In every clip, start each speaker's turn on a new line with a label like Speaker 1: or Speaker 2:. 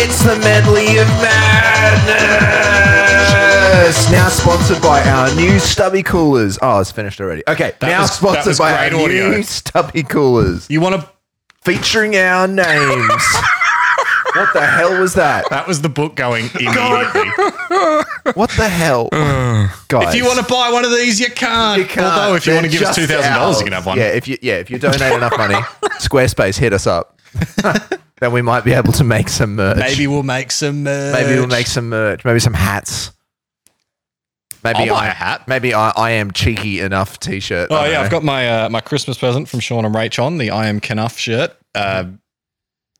Speaker 1: It's the medley of madness. Now sponsored by our new stubby coolers. Oh, it's finished already. Okay,
Speaker 2: That
Speaker 1: now
Speaker 2: was- that
Speaker 1: sponsored
Speaker 2: was
Speaker 1: by our
Speaker 2: great audio.
Speaker 1: new stubby coolers
Speaker 2: You want to?
Speaker 1: featuring our names. what the hell was that?
Speaker 2: That was the book going immediately.
Speaker 1: What the hell, guys?
Speaker 2: if you want to buy one of these, you can't.
Speaker 1: You can't.
Speaker 2: Although, if you
Speaker 1: They're
Speaker 2: want to give us two
Speaker 1: just
Speaker 2: thousand dollars,
Speaker 1: ours.
Speaker 2: you can have one.
Speaker 1: Yeah, if you yeah, if you donate enough money, Squarespace hit us up. then we might be able to make some merch.
Speaker 2: Maybe we'll make some. Uh,
Speaker 1: Maybe we'll make some merch. Maybe some hats. Maybe
Speaker 2: I'll buy
Speaker 1: I-
Speaker 2: a hat.
Speaker 1: Maybe I, I am cheeky enough T-shirt.
Speaker 2: Oh
Speaker 1: I don't
Speaker 2: yeah, I've
Speaker 1: know.
Speaker 2: got my uh, my Christmas present from Sean and Rach on the I am Knuff shirt. Uh,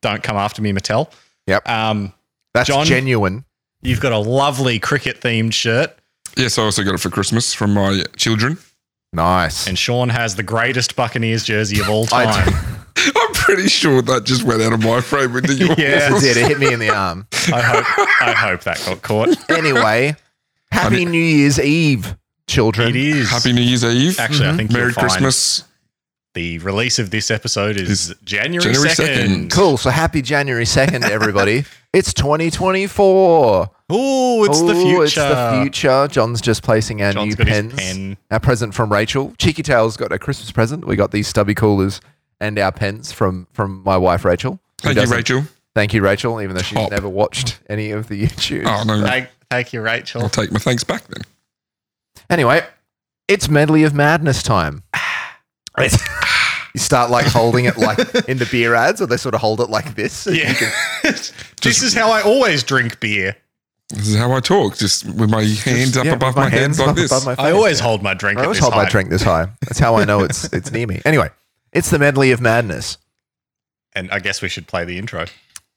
Speaker 2: don't come after me, Mattel.
Speaker 1: Yep.
Speaker 2: Um,
Speaker 1: that's
Speaker 2: John-
Speaker 1: genuine.
Speaker 2: you've got a lovely cricket themed shirt,
Speaker 3: Yes, I also got it for Christmas from my children.
Speaker 1: Nice.
Speaker 2: and Sean has the greatest Buccaneers jersey of all time.
Speaker 3: I'm pretty sure that just went out of my frame into yours.
Speaker 2: Yeah.
Speaker 1: That's it. It hit me in the arm.
Speaker 2: I hope I hope that got caught.
Speaker 1: Anyway, Happy New Year's Eve, children.
Speaker 2: It is
Speaker 3: Happy New Year's Eve.
Speaker 2: actually. I think
Speaker 3: Merry
Speaker 2: you'll Find
Speaker 3: Christmas.
Speaker 2: the release of this episode is January
Speaker 3: January
Speaker 2: second.
Speaker 1: Cool. So happy January 2nd, everybody. it's 2024.
Speaker 2: Ooh, it's the
Speaker 1: Ooh,
Speaker 2: future.
Speaker 1: It's the future. John's just placing our
Speaker 2: John's
Speaker 1: new
Speaker 2: got his
Speaker 1: pens.
Speaker 2: pen.
Speaker 1: Our present from Rachel. Cheeky Tail's got a Christmas present. We got these stubby coolers and our pens from from my wife Rachel. who
Speaker 3: Thank you,
Speaker 1: doesn't-
Speaker 3: Rachel.
Speaker 1: Thank you, Rachel. Even though she's
Speaker 3: Top.
Speaker 1: never watched any of the YouTube.
Speaker 3: Oh no,
Speaker 2: Thank, thank you, Rachel.
Speaker 3: I'll take my thanks back then.
Speaker 1: Anyway, it's medley of madness time. It's- you start like holding it like in the beer ads, or they sort of hold it like this.
Speaker 2: Yeah. this is how I always drink beer.
Speaker 3: This is how I talk, just with my hands up
Speaker 1: Yeah,
Speaker 3: above
Speaker 1: with
Speaker 3: my, head
Speaker 1: hands
Speaker 3: like
Speaker 1: up
Speaker 3: this.
Speaker 1: above my
Speaker 2: I
Speaker 1: face.
Speaker 2: always hold my drink.
Speaker 1: Oh, I
Speaker 2: at
Speaker 1: always
Speaker 2: this
Speaker 1: hold my
Speaker 2: height.
Speaker 1: drink this high. That's how I know it's it's near me. Anyway, it's the medley of madness.
Speaker 2: And I guess we should play the intro.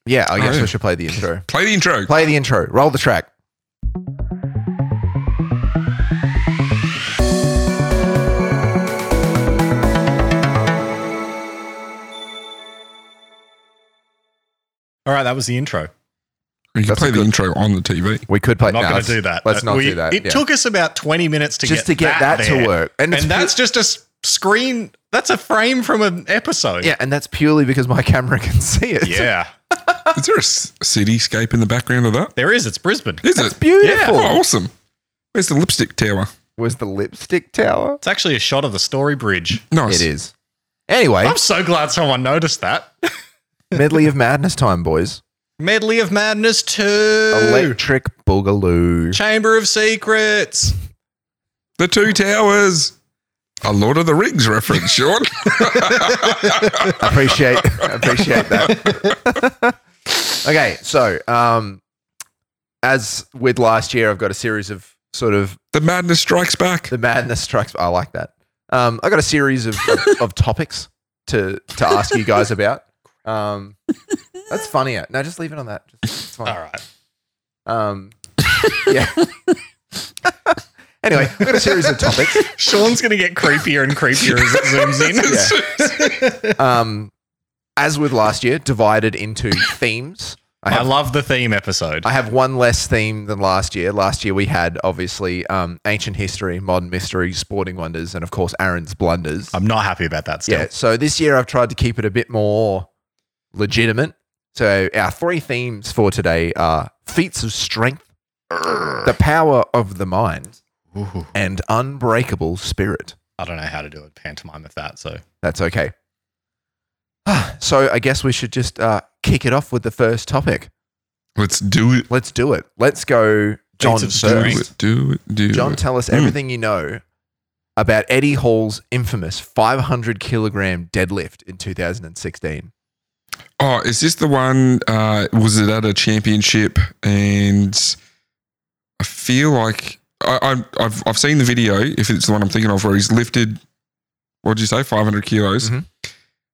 Speaker 1: Yeah, I guess
Speaker 2: Oh.
Speaker 3: yeah.
Speaker 1: we should play the intro.
Speaker 3: Play the intro.
Speaker 1: Play the intro. Roll the track.
Speaker 2: All right, that was the intro.
Speaker 3: you can
Speaker 1: That's a
Speaker 3: play the
Speaker 1: good-
Speaker 3: intro on the TV.
Speaker 1: We could play.
Speaker 2: I'm not
Speaker 1: no,
Speaker 2: going
Speaker 1: let's-
Speaker 2: to do that.
Speaker 1: Let's
Speaker 2: Uh,
Speaker 1: not
Speaker 2: we-
Speaker 1: do that.
Speaker 2: It
Speaker 1: yeah.
Speaker 2: took us about 20 minutes to
Speaker 1: just
Speaker 2: get
Speaker 1: to get that,
Speaker 2: there.
Speaker 1: to work, and, it's
Speaker 2: And that's just a s- screen. That's a frame from an episode.
Speaker 1: pu- yeah, and that's purely because my camera can see it.
Speaker 2: Yeah.
Speaker 3: Is there a s- cityscape in the background of that?
Speaker 2: There is. It's Brisbane.
Speaker 3: Is
Speaker 1: it's
Speaker 3: it?
Speaker 1: beautiful.
Speaker 3: Oh, awesome. Where's the lipstick tower?
Speaker 1: Was the lipstick tower?
Speaker 2: It's actually a shot of the Story Bridge.
Speaker 3: Nice.
Speaker 1: It is. Anyway,
Speaker 2: I'm so glad someone noticed that.
Speaker 1: medley of madness time, boys.
Speaker 2: Medley of Madness 2.
Speaker 1: Electric Boogaloo.
Speaker 2: Chamber of Secrets.
Speaker 3: The two towers. A Lord of the Rings reference, Sean.
Speaker 1: appreciate appreciate that. okay, so um, as with last year, I've got a series of sort of
Speaker 3: the madness strikes back.
Speaker 1: the madness strikes. I like that. Um, I got a series of, of, of topics to to ask you guys about. Um, that's funnier. No, just leave it on that. Just, it's fine.
Speaker 2: All right.
Speaker 1: Um, yeah. anyway, I've got a series of topics.
Speaker 2: Sean's going to get creepier and creepier as it zooms in.
Speaker 1: Um, as with last year, divided into themes. I
Speaker 2: I
Speaker 1: have
Speaker 2: love the theme episode.
Speaker 1: I have one less theme than last year. Last year we had obviously um, ancient history, modern mystery, sporting wonders, and of course Aaron's blunders.
Speaker 2: I'm not happy about that still.
Speaker 1: yeah. So this year I've tried to keep it a bit more legitimate. So our three themes for today are feats of strength, the power of the mind,
Speaker 2: Ooh.
Speaker 1: and unbreakable spirit.
Speaker 2: I don't know how to do a pantomime of that, so
Speaker 1: That's okay. So I guess we should just uh, kick it off with the first topic.
Speaker 3: Let's do it.
Speaker 1: Let's do it. Let's go, John.
Speaker 2: of
Speaker 3: Do
Speaker 1: first.
Speaker 2: strength.
Speaker 3: it. Do it. Do
Speaker 1: John,
Speaker 3: it.
Speaker 1: tell us
Speaker 3: Mm.
Speaker 1: everything you know about Eddie Hall's infamous 500 kilogram deadlift in 2016.
Speaker 3: Oh, is this the one? Uh, was it at a championship? And I feel like I, I, I've I've seen the video. If it's the one I'm thinking of, where he's lifted, what did you say, 500 kilos,
Speaker 1: Mhm.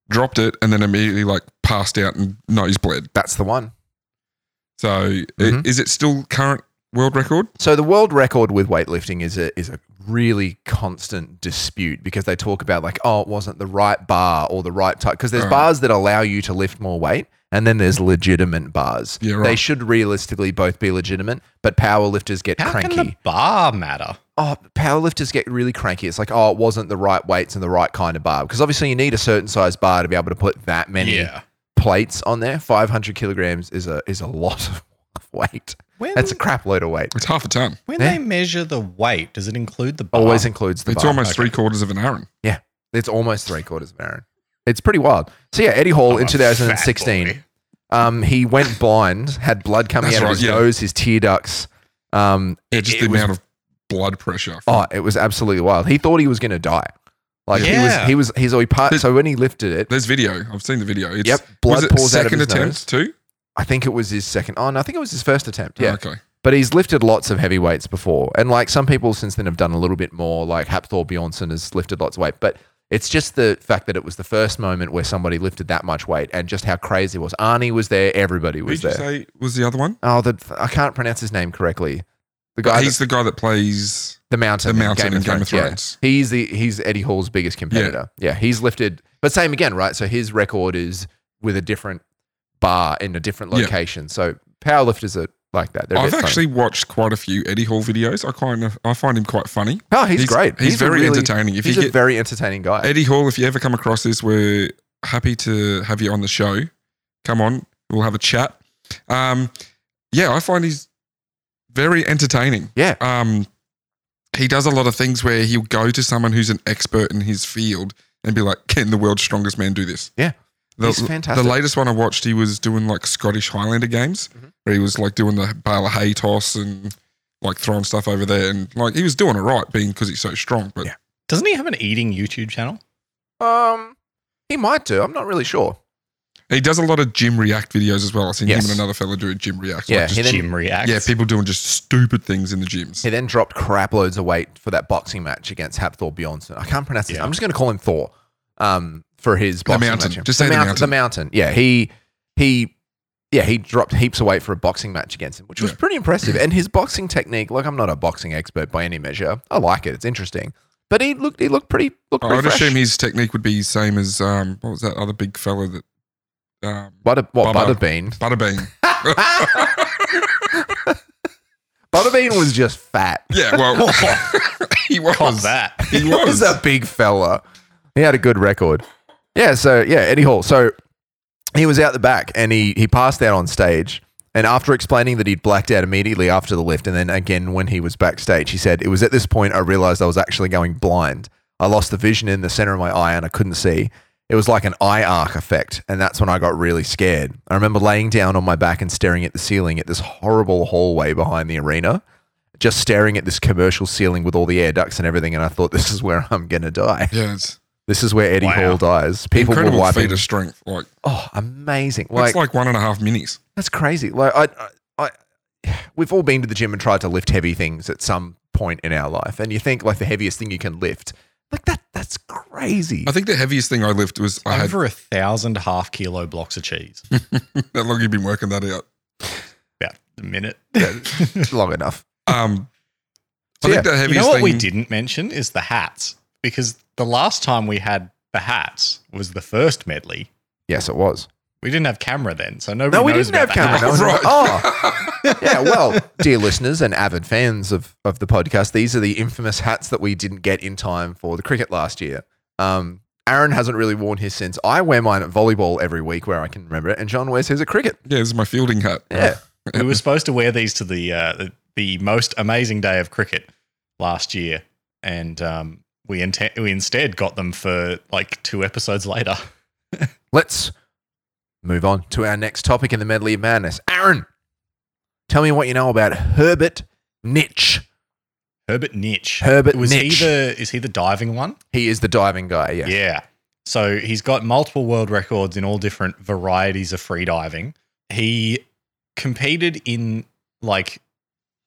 Speaker 3: dropped it, and then immediately like passed out and nose bled.
Speaker 1: That's the one.
Speaker 3: So i-
Speaker 1: Mhm.
Speaker 3: is it still current world record?
Speaker 1: So the world record with weightlifting is a is a really constant dispute because they talk about like oh it wasn't the right bar or the right type because there's
Speaker 3: Right.
Speaker 1: bars that allow you to lift more weight and then there's legitimate bars.
Speaker 3: Yeah, right.
Speaker 1: They should realistically both be legitimate, but powerlifters get
Speaker 2: how
Speaker 1: cranky.
Speaker 2: can the bar matter?
Speaker 1: oh, powerlifters get really cranky. It's like, oh, it wasn't the right weights and the right kind of bar because obviously you need a certain size bar to be able to put that many plates on there. 500 kilograms is a is a lot of weight.
Speaker 2: When,
Speaker 1: That's a crap load of weight.
Speaker 3: It's half a ton.
Speaker 2: when
Speaker 1: yeah.
Speaker 2: they measure the weight, does it include the bar?
Speaker 1: Always includes the
Speaker 3: It's
Speaker 1: bar.
Speaker 3: almost
Speaker 2: okay.
Speaker 3: three quarters of an Aaron.
Speaker 1: It's almost three quarters of an Aaron. It's pretty wild. So yeah, Eddie Hall
Speaker 2: I'm
Speaker 1: in
Speaker 2: a
Speaker 1: 2016,
Speaker 2: fat
Speaker 1: um, he went blind, had blood coming
Speaker 3: That's
Speaker 1: out of
Speaker 3: right,
Speaker 1: his
Speaker 3: yeah.
Speaker 1: nose, his tear ducts. Um,
Speaker 3: Yeah, just
Speaker 1: it
Speaker 3: the
Speaker 1: was-
Speaker 3: amount of blood pressure.
Speaker 1: oh, it was absolutely wild. He thought he was going to die. Like
Speaker 2: Yeah.
Speaker 1: he was, he was, he's already part. So when he lifted it,
Speaker 3: There's video. I've seen the video. It's,
Speaker 1: yep, blood
Speaker 3: was it
Speaker 1: pours out of
Speaker 3: second
Speaker 1: his
Speaker 3: attempt
Speaker 1: nose.
Speaker 3: too?
Speaker 1: I think it was his second. Oh, no, I think it was his first attempt. Yeah,
Speaker 3: Oh, okay.
Speaker 1: but he's lifted lots of heavy weights before, and like some people since then have done a little bit more. Like Hapthor Bjornsson has lifted lots of weight, but it's just the fact that it was the first moment where somebody lifted that much weight, and just how crazy it was. Arnie was there, everybody
Speaker 3: Who did
Speaker 1: was
Speaker 3: you
Speaker 1: there.
Speaker 3: say was the other one?
Speaker 1: oh, the I can't pronounce his name correctly. The guy,
Speaker 3: He's
Speaker 1: that,
Speaker 3: the guy that plays
Speaker 1: the mountain,
Speaker 3: the
Speaker 1: in
Speaker 3: mountain in Game of
Speaker 1: yeah.
Speaker 3: Thrones.
Speaker 1: He's the he's Eddie Hall's biggest competitor. Yeah. he's lifted, but same again, right? So his record is with a different bar in a different
Speaker 3: Yeah.
Speaker 1: location. So powerlifters are like that. They're a
Speaker 3: I've
Speaker 1: bit funny.
Speaker 3: actually watched quite a few Eddie Hall videos. I kind of I find him quite funny.
Speaker 1: oh, he's, great.
Speaker 3: He's,
Speaker 1: a
Speaker 3: very
Speaker 1: really-
Speaker 3: entertaining. If you
Speaker 1: he's a
Speaker 3: get
Speaker 1: very entertaining guy.
Speaker 3: Eddie Hall, if you ever come across this, we're happy to have you on the show. Come on, we'll have a chat. Um, yeah, I find he's very entertaining.
Speaker 1: Yeah.
Speaker 3: Um, he does a lot of things where he'll go to someone who's an expert in his field and be like, "Can the world's strongest man do this?"
Speaker 1: Yeah.
Speaker 3: The,
Speaker 1: He's fantastic.
Speaker 3: The latest one I watched, he was doing like Scottish Highlander games,
Speaker 1: Mhm.
Speaker 3: where he was like doing the bale of hay toss and like throwing stuff over there, and like he was doing it right, being because he's so strong. But
Speaker 1: Yeah.
Speaker 2: Doesn't he have an eating YouTube channel?
Speaker 1: um, he might do. I'm not really sure.
Speaker 3: He does a lot of gym react videos as well. I've seen
Speaker 1: Yes.
Speaker 3: him and another fella do a gym react.
Speaker 1: Yeah,
Speaker 3: just-
Speaker 1: he then-
Speaker 2: Jim reacts.
Speaker 3: yeah, people doing just stupid things in the gyms.
Speaker 1: He then dropped crap loads of weight for that boxing match against Hapthor Bjornsson. I can't pronounce his.
Speaker 2: Yeah.
Speaker 1: I'm just going to call him Thor um, for his boxing
Speaker 3: mountain.
Speaker 1: match.
Speaker 3: Just
Speaker 1: the,
Speaker 3: say the
Speaker 1: mountain,
Speaker 3: mountain.
Speaker 1: the mountain. Yeah, he he yeah he dropped heaps of weight for a boxing match against him, which was
Speaker 3: Yeah.
Speaker 1: pretty impressive. And his boxing technique, like I'm not a boxing expert by any measure. I like it. It's interesting, but he looked he looked pretty looked
Speaker 3: I
Speaker 1: pretty
Speaker 3: would
Speaker 1: fresh.
Speaker 3: assume his technique would be same as um, what was that other big fella that um,
Speaker 1: Butter, what
Speaker 3: Bummer.
Speaker 1: Butterbean?
Speaker 3: Butterbean?
Speaker 1: Butterbean was just fat.
Speaker 3: Yeah, well, he was.
Speaker 2: God, that.
Speaker 3: He
Speaker 1: He was
Speaker 3: was.
Speaker 1: a big fella. He had a good record. Yeah, so yeah, Eddie Hall. So he was out the back and he he passed out on stage. And after explaining that he'd blacked out immediately after the lift, and then again when he was backstage, he said, It was at this point I realized I was actually going blind. I lost the vision in the center of my eye and I couldn't see. It was like an eye arc effect. And that's when I got really scared. I remember laying down on my back and staring at the ceiling at this horrible hallway behind the arena just staring at this commercial ceiling with all the air ducts and everything, and I thought, this is where I'm gonna die.
Speaker 3: yeah, it's
Speaker 1: This is where Eddie
Speaker 2: Wow.
Speaker 1: Hall dies. People were
Speaker 3: incredible feat
Speaker 1: wiping.
Speaker 3: of strength. Like,
Speaker 1: Oh, amazing!
Speaker 3: that's
Speaker 1: Like,
Speaker 3: like one and a half minis.
Speaker 1: that's crazy. Like I, I, I, we've all been to the gym and tried to lift heavy things at some point in our life, and you think like the heaviest thing you can lift, like that. That's crazy.
Speaker 3: I think the heaviest thing I lifted was I had
Speaker 2: Over a thousand half kilo blocks of cheese.
Speaker 3: that long you've been working that out.
Speaker 2: About a minute.
Speaker 1: long enough.
Speaker 3: Um,
Speaker 1: So,
Speaker 3: I think
Speaker 1: yeah.
Speaker 3: the heaviest
Speaker 2: you know what
Speaker 3: thing
Speaker 2: we didn't mention is the hats because the last time we had the hats was the first medley.
Speaker 1: Yes, it was.
Speaker 2: We didn't have camera then, so nobody
Speaker 1: No, we
Speaker 2: knows
Speaker 1: didn't have camera.
Speaker 2: about the
Speaker 1: No
Speaker 2: hats.
Speaker 1: one-
Speaker 3: Right.
Speaker 1: Oh, yeah. Well, dear listeners and avid fans of, of the podcast, these are the infamous hats that we didn't get in time for the cricket last year. Um, Aaron hasn't really worn his since. I wear mine at volleyball every week where I can remember it, and John wears his at cricket.
Speaker 3: Yeah, this is my fielding hat.
Speaker 1: Yeah.
Speaker 2: we were supposed to wear these to the uh, the- the most amazing day of cricket last year, and um, we, inte- we instead got them for like two episodes later.
Speaker 1: Let's move on to our next topic in the medley of madness. Aaron, tell me what you know about Herbert Nitsch.
Speaker 2: Herbert Nitsch.
Speaker 1: Herbert
Speaker 2: was
Speaker 1: Nitsch.
Speaker 2: he the is he the diving one?
Speaker 1: He is the diving guy. Yeah.
Speaker 2: Yeah. So he's got multiple world records in all different varieties of freediving. He competed in like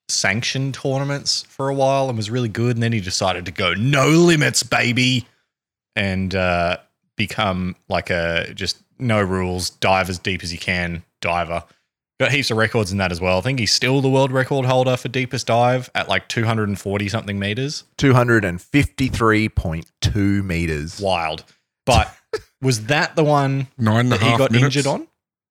Speaker 2: sanctioned tournaments for a while and was really good. And then he decided to go no limits, baby, and uh, become like a just no rules, dive as deep as you can diver. Got heaps of records in that as well. I think he's still the world record holder for deepest dive at like 240 something meters.
Speaker 1: 253.2 meters.
Speaker 2: Wild. But was that the one
Speaker 3: Nine and a
Speaker 2: that he
Speaker 3: half
Speaker 2: got
Speaker 3: minutes.
Speaker 2: injured on?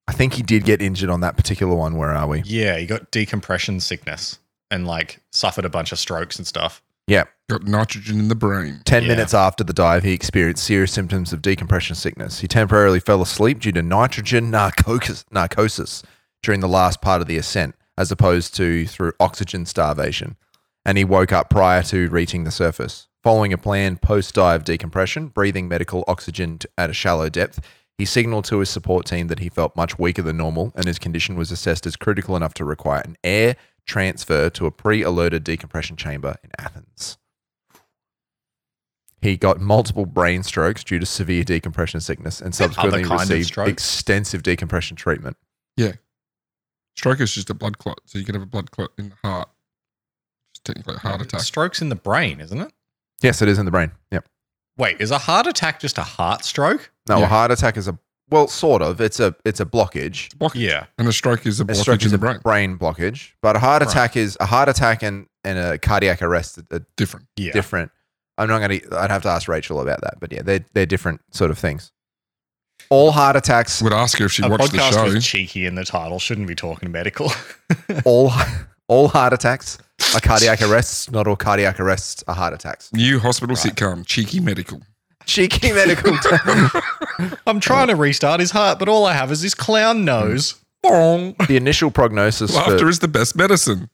Speaker 1: I think he did get injured on that particular one. Where are we?
Speaker 2: Yeah, he got decompression sickness and like suffered a bunch of strokes and stuff.
Speaker 1: Yeah.
Speaker 3: Got nitrogen in the brain.
Speaker 1: 10
Speaker 2: Yeah.
Speaker 1: minutes after the dive, he experienced serious symptoms of decompression sickness. He temporarily fell asleep due to nitrogen narcosis, narcosis during the last part of the ascent, as opposed to through oxygen starvation. And he woke up prior to reaching the surface. Following a planned post dive decompression, breathing medical oxygen t- at a shallow depth, he signaled to his support team that he felt much weaker than normal and his condition was assessed as critical enough to require an air transfer to a pre alerted decompression chamber in Athens. He got multiple brain strokes due to severe decompression sickness and
Speaker 2: There's other
Speaker 1: subsequently
Speaker 2: kind of
Speaker 1: received
Speaker 2: stroke.
Speaker 1: extensive decompression treatment.
Speaker 3: Stroke is just a blood clot, so you can have a blood clot in the heart. It's technically a heart attack.
Speaker 2: Strokes in the brain, isn't it?
Speaker 1: Yes, it is in the brain. Yep.
Speaker 2: Wait, is a heart attack just a heart stroke?
Speaker 1: No,
Speaker 3: Yeah.
Speaker 1: a heart attack is a well, sort of. It's a it's a blockage.
Speaker 3: Blockage.
Speaker 2: Yeah.
Speaker 3: And a stroke is a
Speaker 1: A
Speaker 3: blockage
Speaker 1: stroke
Speaker 3: in
Speaker 1: is
Speaker 3: the
Speaker 1: a
Speaker 3: brain.
Speaker 1: brain. blockage, but a heart
Speaker 2: Right.
Speaker 1: attack is a heart attack and, and a cardiac arrest are, are
Speaker 3: Different.
Speaker 2: Yeah.
Speaker 1: different. I'm not going to. I'd have to ask Rachel about that, but yeah, they're they're different sort of things. All heart attacks,
Speaker 3: Would ask her if she
Speaker 2: Our
Speaker 3: watched the
Speaker 2: podcast
Speaker 3: show.
Speaker 2: was cheeky in the title. Shouldn't be talking medical.
Speaker 1: all all heart attacks are cardiac arrests. Not all cardiac arrests are heart attacks.
Speaker 3: New hospital
Speaker 1: Right.
Speaker 3: sitcom, Cheeky Medical.
Speaker 1: Cheeky medical. term.
Speaker 2: I'm trying to restart his heart, but all I have is this clown nose.
Speaker 3: Hmm.
Speaker 2: Bong.
Speaker 1: the initial prognosis for
Speaker 3: Laughter is the best medicine.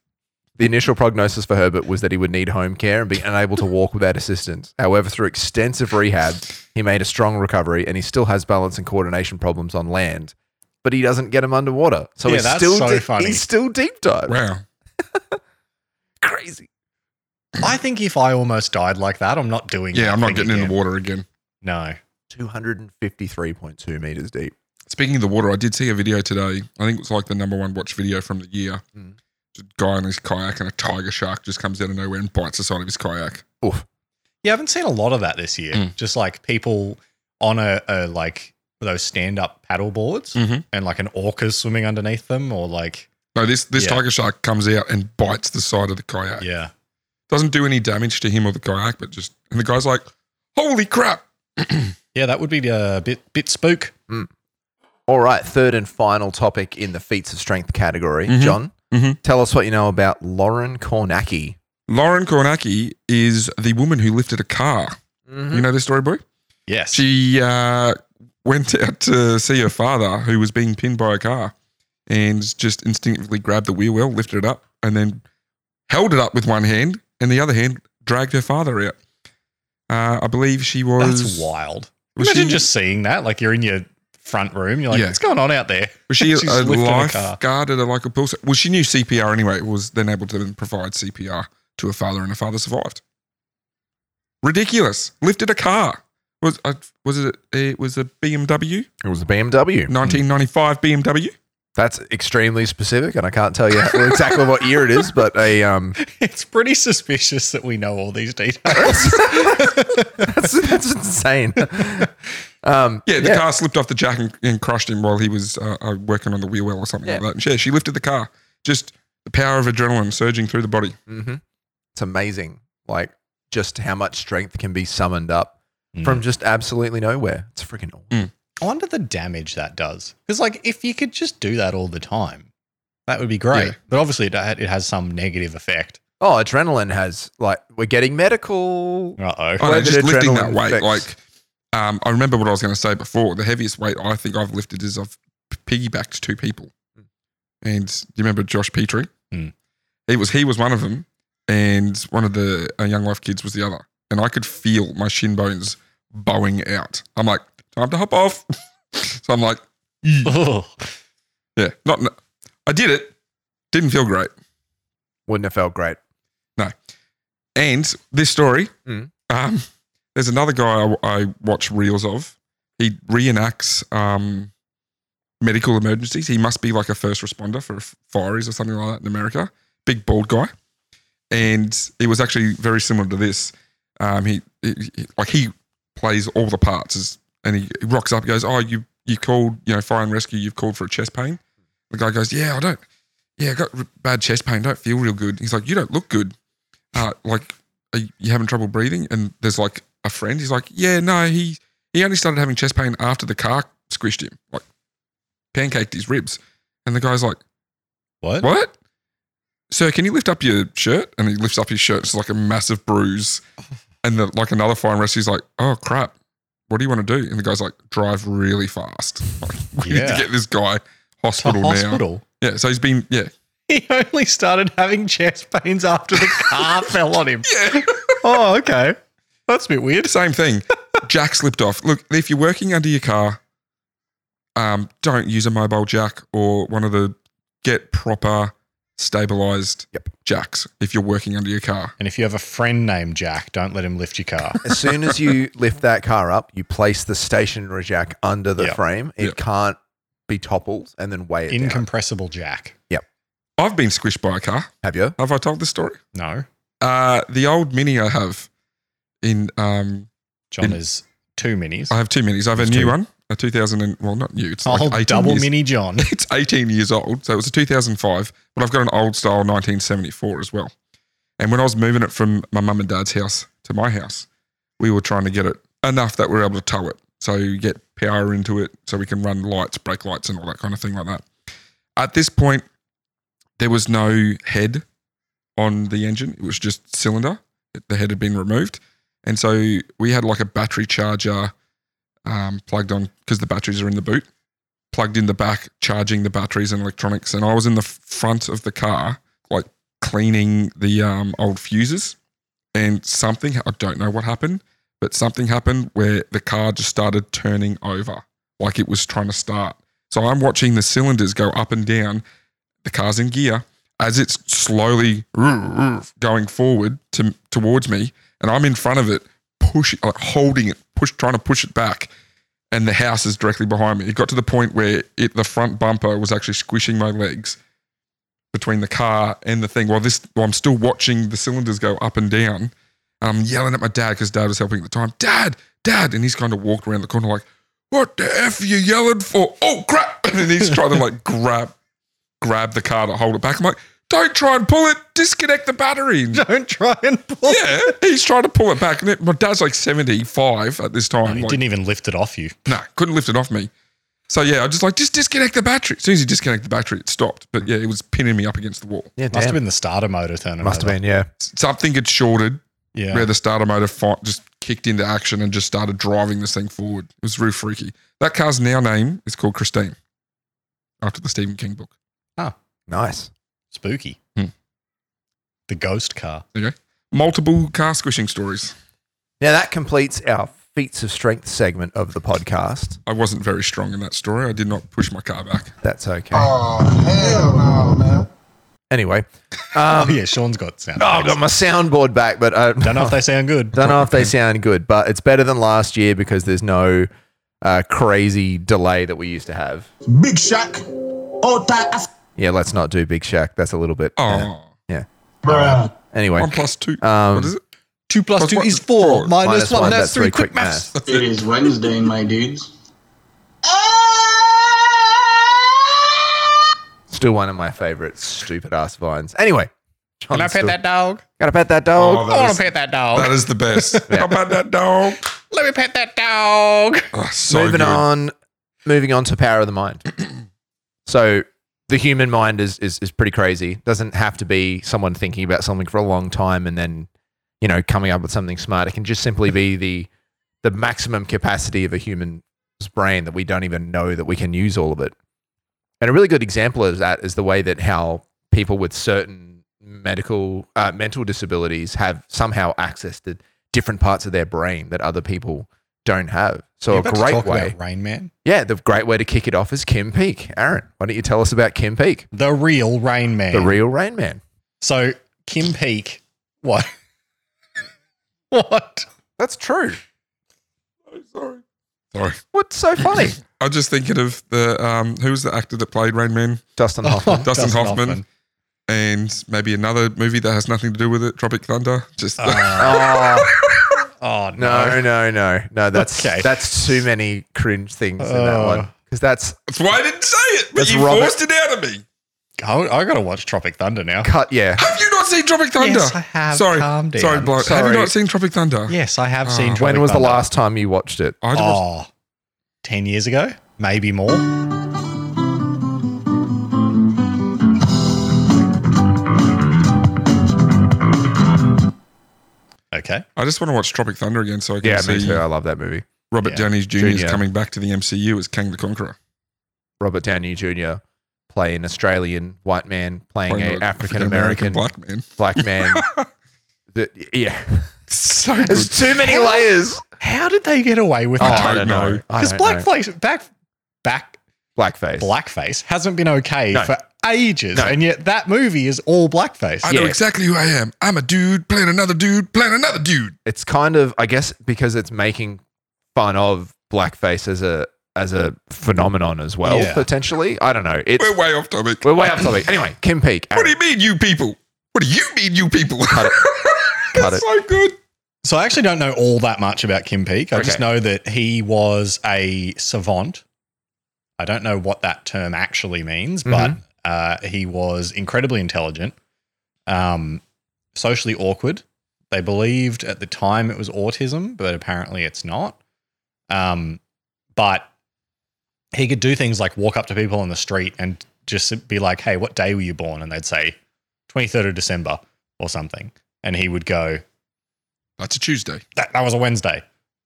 Speaker 1: The initial prognosis for Herbert was that he would need home care and be unable to walk without assistance. However, through extensive rehab, he made a strong recovery and he still has balance and coordination problems on land, but he doesn't get them underwater. So
Speaker 2: Yeah,
Speaker 1: he's
Speaker 2: that's
Speaker 1: still
Speaker 2: so
Speaker 1: di-
Speaker 2: funny.
Speaker 1: he's still deep dive.
Speaker 3: Wow.
Speaker 1: Crazy.
Speaker 2: I think if I almost died like that, I'm not doing.
Speaker 3: Yeah,
Speaker 2: that
Speaker 3: I'm not
Speaker 2: thing
Speaker 3: getting in
Speaker 2: again.
Speaker 3: the water again.
Speaker 2: No.
Speaker 1: 253.2 meters deep.
Speaker 3: Speaking of the water, I did see a video today. I think it was like the number one watch video from the year.
Speaker 1: Mm.
Speaker 3: Just a guy in his kayak and a tiger shark just comes out of nowhere and bites the side of his kayak.
Speaker 1: Oof.
Speaker 2: Yeah, I haven't seen a lot of that this year.
Speaker 3: Mm.
Speaker 2: Just like people on a, a like those stand up paddle boards
Speaker 3: Mhm.
Speaker 2: and like an orca swimming underneath them or like,
Speaker 3: No, this this
Speaker 2: Yeah.
Speaker 3: tiger shark comes out and bites the side of the kayak.
Speaker 2: yeah.
Speaker 3: Doesn't do any damage to him or the kayak, but just and the guy's like, "Holy crap!"
Speaker 2: Yeah, that would be a bit bit spook.
Speaker 1: All right, third and final topic in the feats of strength category.
Speaker 3: Mhm.
Speaker 1: John,
Speaker 3: Mhm.
Speaker 1: tell us what you know about Lauren Kornacki.
Speaker 3: Lauren Kornacki is the woman who lifted a car.
Speaker 2: Mm-hmm.
Speaker 3: You know this story, boy?
Speaker 2: Yes.
Speaker 3: She uh, went out to see her father, who was being pinned by a car, and just instinctively grabbed the wheel well, lifted it up, and then held it up with one hand, and the other hand dragged her father out. Uh, I believe she was.
Speaker 2: That's wild.
Speaker 3: Was
Speaker 2: Imagine
Speaker 3: she,
Speaker 2: just seeing that. Like you're in your front room. You're like,
Speaker 3: Yeah.
Speaker 2: what's going on out there?
Speaker 3: was she
Speaker 2: she's
Speaker 3: a
Speaker 2: lifting a car.
Speaker 3: lifeguard at a local pool? Well, she knew CPR anyway. Was then able to provide CPR to her father, and her father survived. Ridiculous! Lifted a car. Was uh, was it? It was a BMW,
Speaker 2: Mm-hmm.
Speaker 1: It was a BMW.
Speaker 3: 1995 BMW.
Speaker 1: That's extremely specific, and I can't tell you exactly what year it is, but a um,
Speaker 2: It's pretty suspicious that we know all these details.
Speaker 1: that's, that's insane. Um,
Speaker 3: Yeah, the car slipped off the jack and, and crushed him while he was uh, uh, working on the wheel well or something
Speaker 1: Yeah.
Speaker 3: like that. And yeah, she lifted the car. Just the power of adrenaline surging through the body.
Speaker 1: hmm It's amazing, like just how much strength can be summoned up
Speaker 2: Mm.
Speaker 1: from just absolutely nowhere. It's freaking awesome.
Speaker 2: I wonder the damage that does. Because like if you could just do that all the time, that would be great.
Speaker 3: Yeah.
Speaker 2: But obviously it, it has some negative effect.
Speaker 1: Oh, adrenaline has like we're getting medical.
Speaker 2: Uh oh.
Speaker 3: Oh, no,
Speaker 1: Where did
Speaker 3: just lifting
Speaker 1: adrenaline
Speaker 3: that weight.
Speaker 1: fix?
Speaker 3: Like, um, I remember what I was going to say before. The heaviest weight I think I've lifted is I've piggybacked two people. And do you remember Josh Petrie?
Speaker 2: Mm.
Speaker 3: He was he was one of them, and one of the uh, young life kids was the other. And I could feel my shin bones bowing out. I'm like, time to hop off. so I'm like, Yeah, not. I did it. Didn't feel great.
Speaker 1: Wouldn't have felt great.
Speaker 3: And this story,
Speaker 1: Mm.
Speaker 3: um, there's another guy I, I watch reels of. He reenacts um, medical emergencies. He must be like a first responder for f- fires or something like that in America. Big bald guy, and he was actually very similar to this. Um, he, he he- like he plays all the parts, as, and he rocks up. Goes, oh, you you called you know fire and rescue. You've called for a chest pain. The guy goes, yeah, I don't. Yeah, I got r- bad chest pain. Don't feel real good. He's like, you don't look good. Uh, like are you you having trouble breathing? And there's like a friend. He's like, yeah, no, he he only started having chest pain after the car squished him, like pancaked his ribs. And the guy's like,
Speaker 2: What?
Speaker 3: what? sir, can you lift up your shirt? And he lifts up his shirt. It's like a massive bruise. And the, like another fire rescue's like, oh crap, what do you want to do? And the guy's like, drive really fast. Like, we need to
Speaker 2: Yeah.
Speaker 3: get this guy
Speaker 2: To
Speaker 3: hospital, now.
Speaker 2: hospital.
Speaker 3: Yeah, so he's been yeah.
Speaker 2: He only started having chest pains after the car fell on him.
Speaker 3: Yeah.
Speaker 2: Oh, okay. That's a bit weird.
Speaker 3: Same thing. jack slipped off. Look, if you're working under your car, um, don't use a mobile jack or one of the get proper stabilized
Speaker 1: Yep.
Speaker 3: jacks if you're working under your car.
Speaker 2: And if you have a friend named Jack, don't let him lift your car.
Speaker 1: As soon as you lift that car up, you place the stationary jack under the
Speaker 2: Yeah.
Speaker 1: frame. It
Speaker 3: Yeah.
Speaker 1: can't be toppled and then weigh it down.
Speaker 2: Incompressible Jack.
Speaker 3: I've been squished by a car.
Speaker 1: Have you?
Speaker 3: Have I told this story?
Speaker 2: No.
Speaker 3: Uh, the old mini I have in um,
Speaker 2: John
Speaker 3: In-
Speaker 2: is two minis.
Speaker 3: I have two minis. I have a
Speaker 2: There's
Speaker 3: new
Speaker 2: two.
Speaker 3: one, a 2000 and well, not new. It's like
Speaker 2: oh,
Speaker 3: 18
Speaker 2: double
Speaker 3: years-
Speaker 2: mini John.
Speaker 3: it's 18 years old. So it was a 2005, but I've got an old style 1974 as well. And when I was moving it from my mum and dad's house to my house, we were trying to get it enough that we were able to tow it. So you get power into it so we can run lights, brake lights, and all that kind of thing like that. At this point, there was no head on the engine, it was just cylinder. The head had been removed. And so we had like a battery charger um, plugged on because the batteries are in the boot plugged in the back, charging the batteries and electronics, and I was in the f- front of the car, like cleaning the um, old fuses. And something, I don't know what happened, but something happened where the car just started turning over, like it was trying to start. So I'm watching the cylinders go up and down. The car's in gear as it's slowly going forward to, towards me, and I'm in front of it, pushing, like holding it, push, trying to push it back and the house is directly behind me. It got to the point where it, the front bumper was actually squishing my legs between the car and the thing. While this, while I'm still watching the cylinders go up and down. I'm yelling at my dad because dad was helping at the time. Dad, dad, and he's kind of walked around the corner like, "What the f are you yelling for?" Oh crap! And he's trying to like grab, grab the car to hold it back. I'm like, "Don't try and pull it. Disconnect the battery." And
Speaker 2: don't try and pull.
Speaker 3: yeah, he's trying to pull it back. And it, my dad's like 75 at this time.
Speaker 2: He
Speaker 3: like,
Speaker 2: didn't even lift it off you.
Speaker 3: no, couldn't lift it off me. So yeah, I just like just disconnect the battery. As soon as you disconnect the battery, it stopped. But yeah, it was pinning me up against the wall.
Speaker 1: Yeah,
Speaker 2: Must have been the starter motor turning.
Speaker 1: Must have
Speaker 2: over.
Speaker 1: been, yeah.
Speaker 3: Something had shorted
Speaker 2: Yeah.
Speaker 3: where the starter motor fi- just kicked into action and just started driving this thing forward. It was real freaky. That car's now name is called Christine, after the Stephen King book.
Speaker 1: Nice.
Speaker 2: Spooky.
Speaker 3: Hmm.
Speaker 2: The ghost car.
Speaker 3: Multiple car squishing stories.
Speaker 1: Now that completes our feats of strength segment of the podcast.
Speaker 3: I wasn't very strong in that story. I did not push my car back.
Speaker 1: That's okay.
Speaker 4: Oh, hell no, man.
Speaker 1: Anyway,
Speaker 2: Oh
Speaker 1: um,
Speaker 2: yeah, Sean's got sound.
Speaker 1: oh, I
Speaker 2: effects.
Speaker 1: got my soundboard back, but I
Speaker 2: Don't know if they sound good.
Speaker 1: Don't know if they sound good, but it's better than last year because there's no uh, crazy delay that we used to have.
Speaker 4: Big Shack. Oh, that ass.
Speaker 1: Yeah, let's not do Big Shack. That's a little bit.
Speaker 3: Oh,
Speaker 1: uh,
Speaker 4: Bruh.
Speaker 1: anyway,
Speaker 3: one plus two.
Speaker 1: Um,
Speaker 3: what is it?
Speaker 2: Two plus
Speaker 3: Plus
Speaker 2: two
Speaker 3: one-
Speaker 2: is four.
Speaker 3: four.
Speaker 2: minus
Speaker 1: minus
Speaker 2: one, one. That's, three. Quick, maths.
Speaker 1: maths.
Speaker 5: It is Wednesday, my dudes.
Speaker 1: Still one of my favorite stupid ass vines. Anyway,
Speaker 2: Can I
Speaker 1: John's still-
Speaker 2: pet that dog?
Speaker 1: Gotta pet that dog.
Speaker 3: Oh,
Speaker 2: I
Speaker 3: that
Speaker 2: want
Speaker 3: is,
Speaker 2: to pet that dog.
Speaker 3: that is the best. How about that dog?
Speaker 2: Let me pet that dog.
Speaker 3: Oh, so
Speaker 1: moving
Speaker 3: good.
Speaker 1: on, moving on to power of the mind. so the human mind is, is is pretty crazy. Doesn't have to be someone thinking about something for a long time and then, you know, coming up with something smart. It can just simply be the the maximum capacity of a human's brain that we don't even know that we can use all of it. And a really good example of that is the way that how people with certain medical uh, mental disabilities have somehow access to different parts of their brain that other people don't have. So
Speaker 2: You're
Speaker 1: a
Speaker 2: about to
Speaker 1: great
Speaker 2: talk
Speaker 1: way.
Speaker 2: about Rain Man.
Speaker 1: Yeah, the great way to kick it off is Kim Peak. Aaron, why don't you tell us about Kim Peak,
Speaker 2: The real Rain Man.
Speaker 1: the real Rain Man?
Speaker 2: so Kim Peek. What? what?
Speaker 1: That's true.
Speaker 3: Sorry. Sorry.
Speaker 1: What's so funny?
Speaker 3: I'm just thinking of the um, who was the actor that played Rain Man,
Speaker 1: Dustin Hoffman.
Speaker 3: Dustin Hoffman. and maybe another movie that has nothing to do with it, Tropic Thunder. Just
Speaker 2: Uh,
Speaker 1: oh
Speaker 2: oh
Speaker 1: no,
Speaker 2: no.
Speaker 1: no, no, no. That's
Speaker 2: Okay.
Speaker 1: that's too many cringe things in that
Speaker 2: Uh.
Speaker 1: one because that's
Speaker 3: that's why I didn't say it, but
Speaker 1: That's
Speaker 3: you
Speaker 1: Robert-
Speaker 3: forced it out of me.
Speaker 2: I, I gotta watch Tropic Thunder now.
Speaker 1: cut. Yeah,
Speaker 3: Have you not seen Tropic Thunder?
Speaker 2: Yes, I have.
Speaker 3: Sorry,
Speaker 2: Calm down.
Speaker 3: sorry, bloke. Have
Speaker 1: Sorry.
Speaker 3: you not seen Tropic Thunder?
Speaker 2: Yes, I have
Speaker 3: Oh.
Speaker 2: seen. Tropic
Speaker 1: when was the
Speaker 2: Thunder.
Speaker 1: last time you watched it?
Speaker 3: I had to watch-
Speaker 2: Oh, 10 years ago, maybe more. Okay.
Speaker 3: I just want to watch Tropic Thunder again so I can
Speaker 1: Yeah, me
Speaker 3: see
Speaker 1: too. I love that movie.
Speaker 3: Robert
Speaker 2: Yeah.
Speaker 3: Downey Jr. 's
Speaker 1: Junior.
Speaker 3: coming back to the MCU as Kang the Conqueror.
Speaker 1: Robert Downey Jr. play an Australian white man playing
Speaker 3: Playing
Speaker 1: an
Speaker 3: a
Speaker 1: African American black.
Speaker 3: black man.
Speaker 1: man. That- yeah,
Speaker 3: So
Speaker 1: there's
Speaker 3: good.
Speaker 1: too many layers.
Speaker 2: How did they get away with
Speaker 1: Oh,
Speaker 2: that?
Speaker 1: I don't
Speaker 3: don't
Speaker 1: know.
Speaker 3: know.
Speaker 1: I
Speaker 2: Because
Speaker 1: don't know.
Speaker 2: blackface back back
Speaker 1: blackface.
Speaker 2: blackface hasn't been okay
Speaker 1: No.
Speaker 2: for ages,
Speaker 1: No.
Speaker 2: and yet that movie is all blackface.
Speaker 3: I
Speaker 1: Yeah.
Speaker 3: know exactly who I am. I'm a dude playing another dude playing another dude.
Speaker 1: It's kind of, I guess, because it's making fun of blackface as a as a phenomenon as well.
Speaker 2: Yeah.
Speaker 1: Potentially, I don't know. It's
Speaker 3: We're way off topic.
Speaker 1: we're way up topic. Anyway, Kim Peek.
Speaker 3: What do you mean, you people? What do you mean, you people? Cut
Speaker 1: it. Cut it.
Speaker 3: That's so good.
Speaker 2: So I actually don't know all that much about Kim Peek. I just
Speaker 1: Okay.
Speaker 2: know that he was a savant. I don't know what that term actually means,
Speaker 1: Mhm.
Speaker 2: but uh, he was incredibly intelligent, um, socially awkward. They believed at the time it was autism, but apparently it's not. Um, but he could do things like walk up to people on the street and just be like, "Hey, what day were you born?" And they'd say, "23rd of December" or something, and he would go,
Speaker 3: That's a Tuesday.
Speaker 2: that, that was a Wednesday.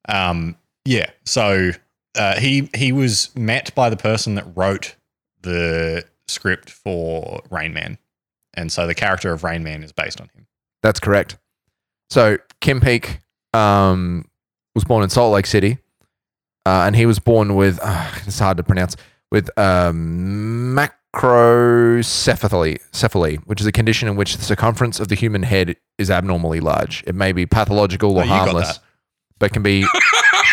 Speaker 2: Um, yeah. So uh, he he was met by the person that wrote the script for Rain Man, and so the character of Rain Man is based on him.
Speaker 1: That's correct. So Kim Peek um, was born in Salt Lake City, uh, and he was born with uh, it's hard to pronounce with um, macrocephaly, cephaly, which is a condition in which the circumference of the human head is abnormally large. It may be pathological
Speaker 2: Oh,
Speaker 1: or
Speaker 2: you got
Speaker 1: harmless,
Speaker 2: that.
Speaker 1: but can be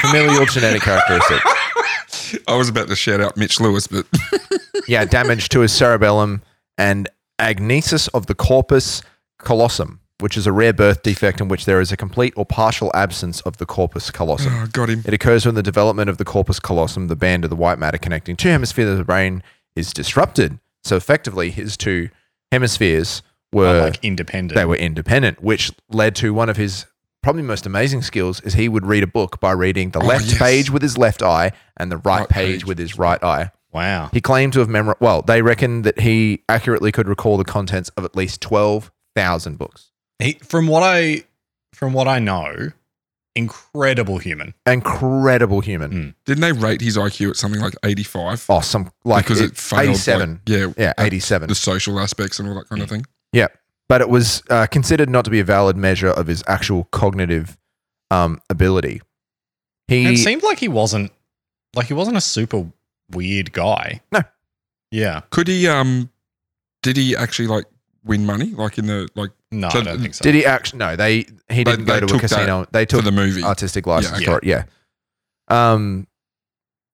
Speaker 1: familial genetic characteristic.
Speaker 3: I was about to shout out Mitch Lewis, but
Speaker 1: Yeah, damage to his cerebellum and agnesis of the corpus callosum, which is a rare birth defect in which there is a complete or partial absence of the corpus callosum.
Speaker 3: oh, got him.
Speaker 1: It occurs when the development of the corpus callosum, the band of the white matter connecting two hemispheres of the brain, is disrupted. So effectively, his two hemispheres were
Speaker 2: like independent.
Speaker 1: they were independent, which led to one of his probably most amazing skills is he would read a book by reading the
Speaker 3: Oh,
Speaker 1: left
Speaker 3: yes.
Speaker 1: page with his left eye and the right,
Speaker 3: Right
Speaker 1: page
Speaker 3: page.
Speaker 1: with his right eye.
Speaker 2: wow.
Speaker 1: He claimed to have memorized. Well, they reckon that he accurately could recall the contents of at least twelve thousand books.
Speaker 2: He, from what I from what I know, incredible human.
Speaker 1: Incredible human.
Speaker 2: Mm.
Speaker 3: Didn't they rate his IQ at something like 85?
Speaker 1: Oh, some like
Speaker 3: because it,
Speaker 1: it-
Speaker 3: failed. like-
Speaker 1: eighty-seven. Mm.
Speaker 3: yeah.
Speaker 1: yeah,
Speaker 3: at
Speaker 1: eighty-seven.
Speaker 3: The social aspects and all that kind of thing.
Speaker 1: but it was uh, considered not to be a valid measure of his actual cognitive um, ability.
Speaker 2: And it
Speaker 1: He
Speaker 2: seemed like he wasn't like he wasn't a super weird guy.
Speaker 1: No.
Speaker 2: Yeah.
Speaker 3: Could he, um, did he actually like win money? Like in the, like
Speaker 2: No,
Speaker 3: So
Speaker 2: I don't think so.
Speaker 1: did he actually no they he didn't go
Speaker 3: they
Speaker 1: to a
Speaker 3: took that
Speaker 1: casino. They
Speaker 3: for
Speaker 1: took
Speaker 3: the movie?
Speaker 1: artistic license
Speaker 2: Yeah.
Speaker 1: for it. Yeah. Um.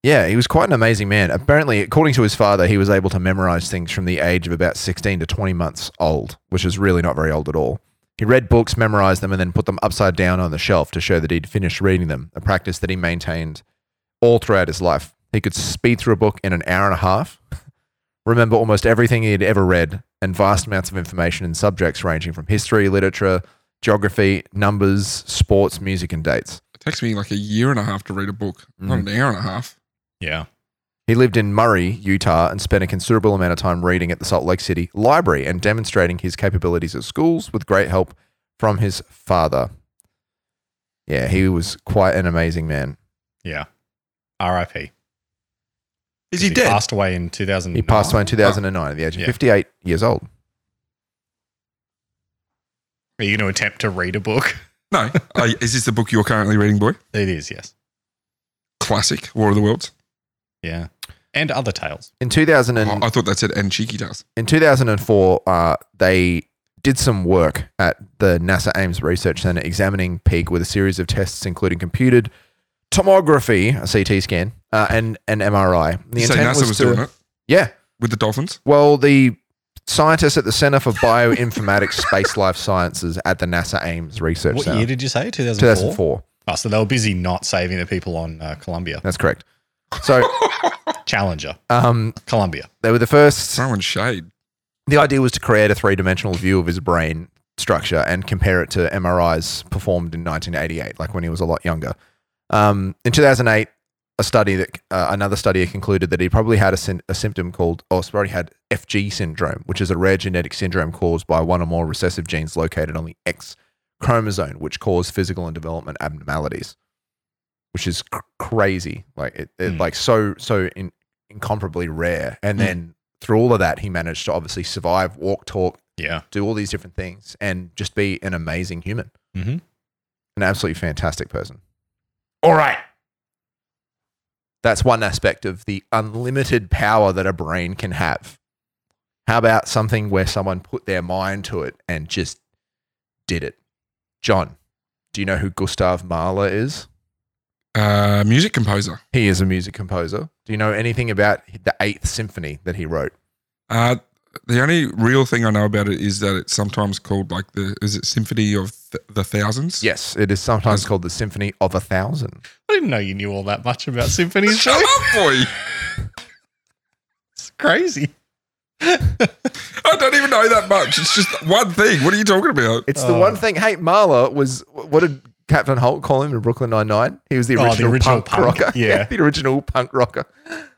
Speaker 1: Yeah, he was quite an amazing man. Apparently, according to his father, he was able to memorize things from the age of about 16 to 20 months old, which is really not very old at all. He read books, memorized them, and then put them upside down on the shelf to show that he'd finished reading them, a practice that he maintained all throughout his life. He could speed through a book in an hour and a half, remember almost everything he had ever read, and vast amounts of information in subjects ranging from history, literature, geography, numbers, sports, music, and dates.
Speaker 3: It takes me like a year and a half to read a book, not
Speaker 1: Mm.
Speaker 3: an hour and a half.
Speaker 2: yeah.
Speaker 1: He lived in Murray, Utah, and spent a considerable amount of time reading at the Salt Lake City Library and demonstrating his capabilities at schools with great help from his father. Yeah, he was quite an amazing man.
Speaker 2: Yeah. R.I.P.
Speaker 3: Is
Speaker 2: He passed away in 2000.
Speaker 1: He passed away in 2009 at the age of
Speaker 2: Yeah.
Speaker 1: 58 years old.
Speaker 2: Are you going to attempt to read a book?
Speaker 3: No. uh, is this the book you're currently reading, boy?
Speaker 2: It is, yes.
Speaker 3: Classic War of the Worlds.
Speaker 2: Yeah. And other tales.
Speaker 1: In 2000 and,
Speaker 3: Oh, I thought that said and cheeky does.
Speaker 1: in 2004, uh, they did some work at the NASA Ames Research Center examining Peak with a series of tests, including computed tomography, a CT scan, uh, and an MRI. The
Speaker 3: So NASA was, doing it
Speaker 1: Yeah.
Speaker 3: with the dolphins.
Speaker 1: Well, the scientists at the Center for Bioinformatics Space Life Sciences at the NASA Ames Research
Speaker 2: what
Speaker 1: Center.
Speaker 2: year did you say? 2004?
Speaker 1: 2004.
Speaker 2: Oh, so they were busy not saving the people on uh, Columbia.
Speaker 1: That's correct. So,
Speaker 2: Challenger.
Speaker 1: um,
Speaker 2: Columbia.
Speaker 1: they were the first.
Speaker 3: Throwing shade.
Speaker 1: The idea was to create a three dimensional view of his brain structure and compare it to MRIs performed in 1988, like when he was a lot younger. Um, in 2008, a study that uh, another study concluded that he probably had a, syn- a symptom called, or probably had FG syndrome, which is a rare genetic syndrome caused by one or more recessive genes located on the X chromosome, which cause physical and development abnormalities, which is cr- crazy. Like it, it
Speaker 2: Mm.
Speaker 1: like so so in, incomparably rare. And then through all of that, he managed to obviously survive, walk, talk,
Speaker 2: Yeah.
Speaker 1: do all these different things, and just be an amazing human,
Speaker 2: Mhm.
Speaker 1: an absolutely fantastic person. Mm-hmm. All right. That's one aspect of the unlimited power that a brain can have. How about something where someone put their mind to it and just did it? John, do you know who Gustav Mahler is?
Speaker 3: Uh, music composer.
Speaker 1: He is a music composer. Do you know anything about the Eighth Symphony that he wrote?
Speaker 3: Uh, the only real thing I know about it is that it's sometimes called like the is it Symphony of th- the Thousands?
Speaker 1: Yes, it is sometimes called the Symphony of a Thousand.
Speaker 2: I didn't know you knew all that much about symphonies.
Speaker 3: Shut
Speaker 2: Joey.
Speaker 3: up, boy!
Speaker 2: It's crazy.
Speaker 3: I don't even know that much. It's just one thing. What are you talking about?
Speaker 1: It's the
Speaker 2: Oh.
Speaker 1: one thing. Hey, Marla was what did Captain Holt call him in Brooklyn Nine Nine? He was the
Speaker 2: Oh, the
Speaker 1: original,
Speaker 2: original
Speaker 1: punk,
Speaker 2: punk,
Speaker 1: rocker.
Speaker 2: yeah.
Speaker 1: the original punk rocker.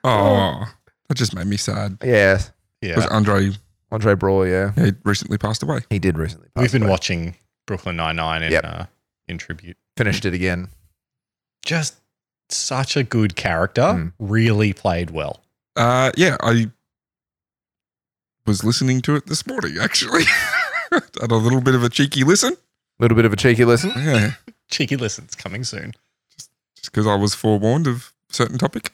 Speaker 3: Oh, that just made me sad.
Speaker 1: Yeah,
Speaker 2: Yeah.
Speaker 3: Because Andre
Speaker 1: Andre Brawl. Yeah,
Speaker 3: he recently passed away.
Speaker 1: he did recently. pass
Speaker 2: We've been
Speaker 1: away.
Speaker 2: watching Brooklyn Nine Nine in,
Speaker 1: Yep.
Speaker 2: uh, in tribute.
Speaker 1: Finished it again.
Speaker 2: Just such a good character.
Speaker 1: Mm.
Speaker 2: Really played well.
Speaker 3: Uh, yeah, I was listening to it this morning actually. Had a little bit of a cheeky listen.
Speaker 1: Little bit of a cheeky listen.
Speaker 3: Yeah,
Speaker 2: Cheeky listens coming soon.
Speaker 3: just because I was forewarned of certain topic.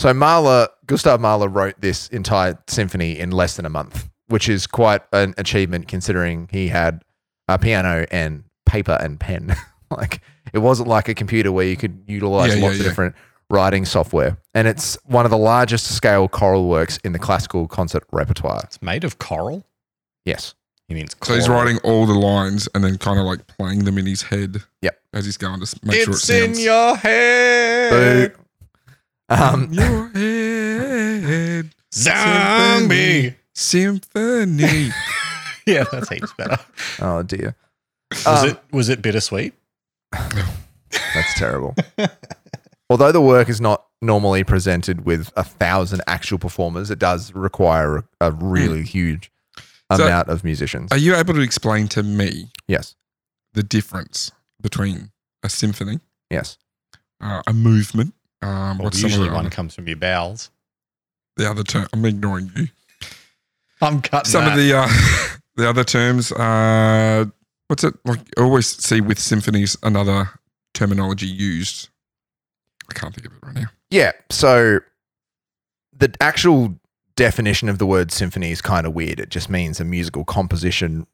Speaker 1: So Mahler, Gustav Mahler wrote this entire symphony in less than a month, which is quite an achievement considering he had a piano and paper and pen. like it wasn't like a computer where you could utilize
Speaker 3: Yeah,
Speaker 1: lots
Speaker 3: yeah,
Speaker 1: of
Speaker 3: yeah.
Speaker 1: different writing software. And it's one of the largest scale choral works in the classical concert repertoire.
Speaker 2: It's made of coral.
Speaker 1: Yes.
Speaker 2: He means
Speaker 3: So he's
Speaker 2: coral.
Speaker 3: writing all the lines and then kind of like playing them in his head.
Speaker 1: Yep.
Speaker 3: As he's going to s- make
Speaker 2: It's
Speaker 3: sure it
Speaker 2: in
Speaker 3: sounds.
Speaker 2: your head.
Speaker 1: So, um,
Speaker 3: your head
Speaker 2: Zombie.
Speaker 3: symphony.
Speaker 2: yeah, that's heaps better.
Speaker 1: oh dear.
Speaker 2: Was
Speaker 1: Um,
Speaker 2: it was it bittersweet?
Speaker 1: That's terrible. Although the work is not normally presented with a thousand actual performers, it does require a, a really huge
Speaker 3: Hmm. So-
Speaker 1: amount of musicians.
Speaker 3: Are you able to explain to me
Speaker 1: yes,
Speaker 3: the difference between a symphony,
Speaker 1: yes.
Speaker 3: uh, a movement? Um,
Speaker 2: Well,
Speaker 3: what's some of
Speaker 2: usually
Speaker 3: the
Speaker 2: one
Speaker 3: other-
Speaker 2: comes from your bowels.
Speaker 3: the other term? I'm ignoring you.
Speaker 2: I'm cutting
Speaker 3: some
Speaker 2: that.
Speaker 3: of the uh, the other terms. Uh, what's it like? I always see with symphonies another terminology used. I can't think of it right now.
Speaker 1: Yeah. So the actual definition of the word symphony is kind of weird. It just means a musical composition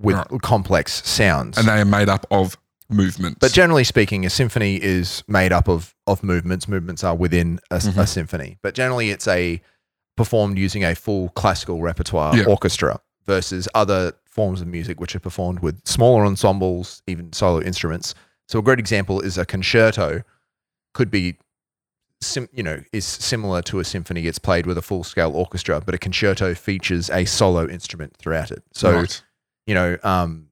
Speaker 1: with
Speaker 3: Right.
Speaker 1: complex sounds.
Speaker 3: And they are made up of movements.
Speaker 1: But generally speaking, a symphony is made up of of movements. Movements are within a, s- a
Speaker 3: Mhm.
Speaker 1: symphony, but generally it's a performed using a full classical repertoire
Speaker 3: Yeah.
Speaker 1: orchestra versus other forms of music which are performed with smaller ensembles, even solo instruments. So a great example is a concerto could be sim- you know is similar to a symphony it's played with a full scale orchestra but a concerto features a solo instrument throughout it so
Speaker 3: Right.
Speaker 1: you know, um,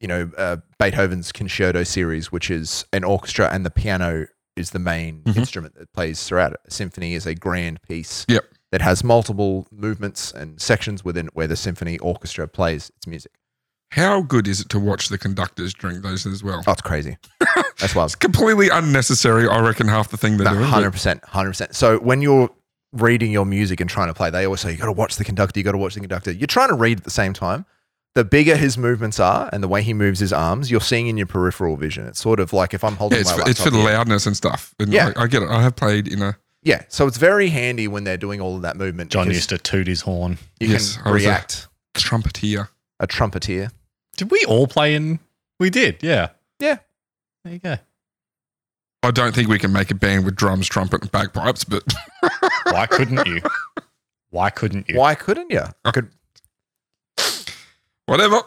Speaker 1: you know, uh, Beethoven's concerto series, which is an orchestra and the piano is the main
Speaker 3: Mhm.
Speaker 1: instrument that plays throughout it. A symphony is a grand piece
Speaker 3: Yep.
Speaker 1: that has multiple movements and sections within it where the symphony orchestra plays its music.
Speaker 3: how good is it to watch the conductors during those as well?
Speaker 1: Oh, it's crazy. That's why
Speaker 3: It's completely unnecessary. I reckon half the thing they're doing.
Speaker 1: hundred
Speaker 3: but-
Speaker 1: percent, hundred percent. So when you're reading your music and trying to play, they always say you got to watch the conductor. You got to watch the conductor. You're trying to read at the same time. The bigger his movements are and the way he moves his arms, you're seeing in your peripheral vision. It's sort of like if I'm holding
Speaker 3: Yeah, it's,
Speaker 1: my
Speaker 3: for,
Speaker 1: laptop.
Speaker 3: it's for the
Speaker 1: here.
Speaker 3: loudness and stuff. And
Speaker 1: Yeah.
Speaker 3: I, I get it. I have played in a.
Speaker 1: Yeah, so it's very handy when they're doing all of that movement.
Speaker 2: John
Speaker 1: because
Speaker 2: used to toot his horn.
Speaker 1: you
Speaker 3: Yes, I
Speaker 1: can
Speaker 3: was a-
Speaker 1: react
Speaker 3: Trumpeteer.
Speaker 1: a trumpeteer.
Speaker 2: Did we all play in? We did, yeah.
Speaker 1: Yeah.
Speaker 2: There you go.
Speaker 3: I don't think we can make a band with drums, trumpet, and bagpipes, but
Speaker 2: Why couldn't you? Why couldn't you?
Speaker 1: Why couldn't you? Could
Speaker 3: whatever.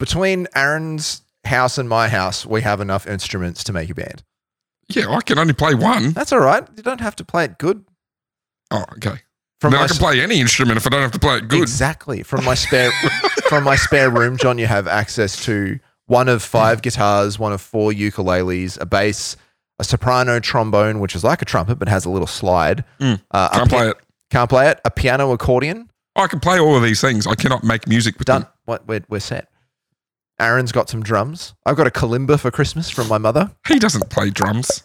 Speaker 1: between Aaron's house and my house, we have enough instruments to make a band.
Speaker 3: Yeah, I can only play one.
Speaker 1: That's all right. You don't have to play it good.
Speaker 3: Oh, okay.
Speaker 1: From
Speaker 3: then
Speaker 1: my
Speaker 3: I can
Speaker 1: s-
Speaker 3: play any instrument if I don't have to play it good.
Speaker 1: Exactly. From my spare from my spare room, John, you have access to one of five guitars, one of four ukuleles, a bass, a soprano trombone, which is like a trumpet but has a little slide.
Speaker 3: Mm.
Speaker 1: Uh, a
Speaker 3: Can't
Speaker 1: pia-
Speaker 3: play it.
Speaker 1: Can't play it. A piano accordion.
Speaker 3: I can play all of these things. I cannot make music with
Speaker 1: Done.
Speaker 3: them.
Speaker 1: What we're, we're set. Aaron's got some drums. I've got a kalimba for Christmas from my mother.
Speaker 3: He doesn't play drums.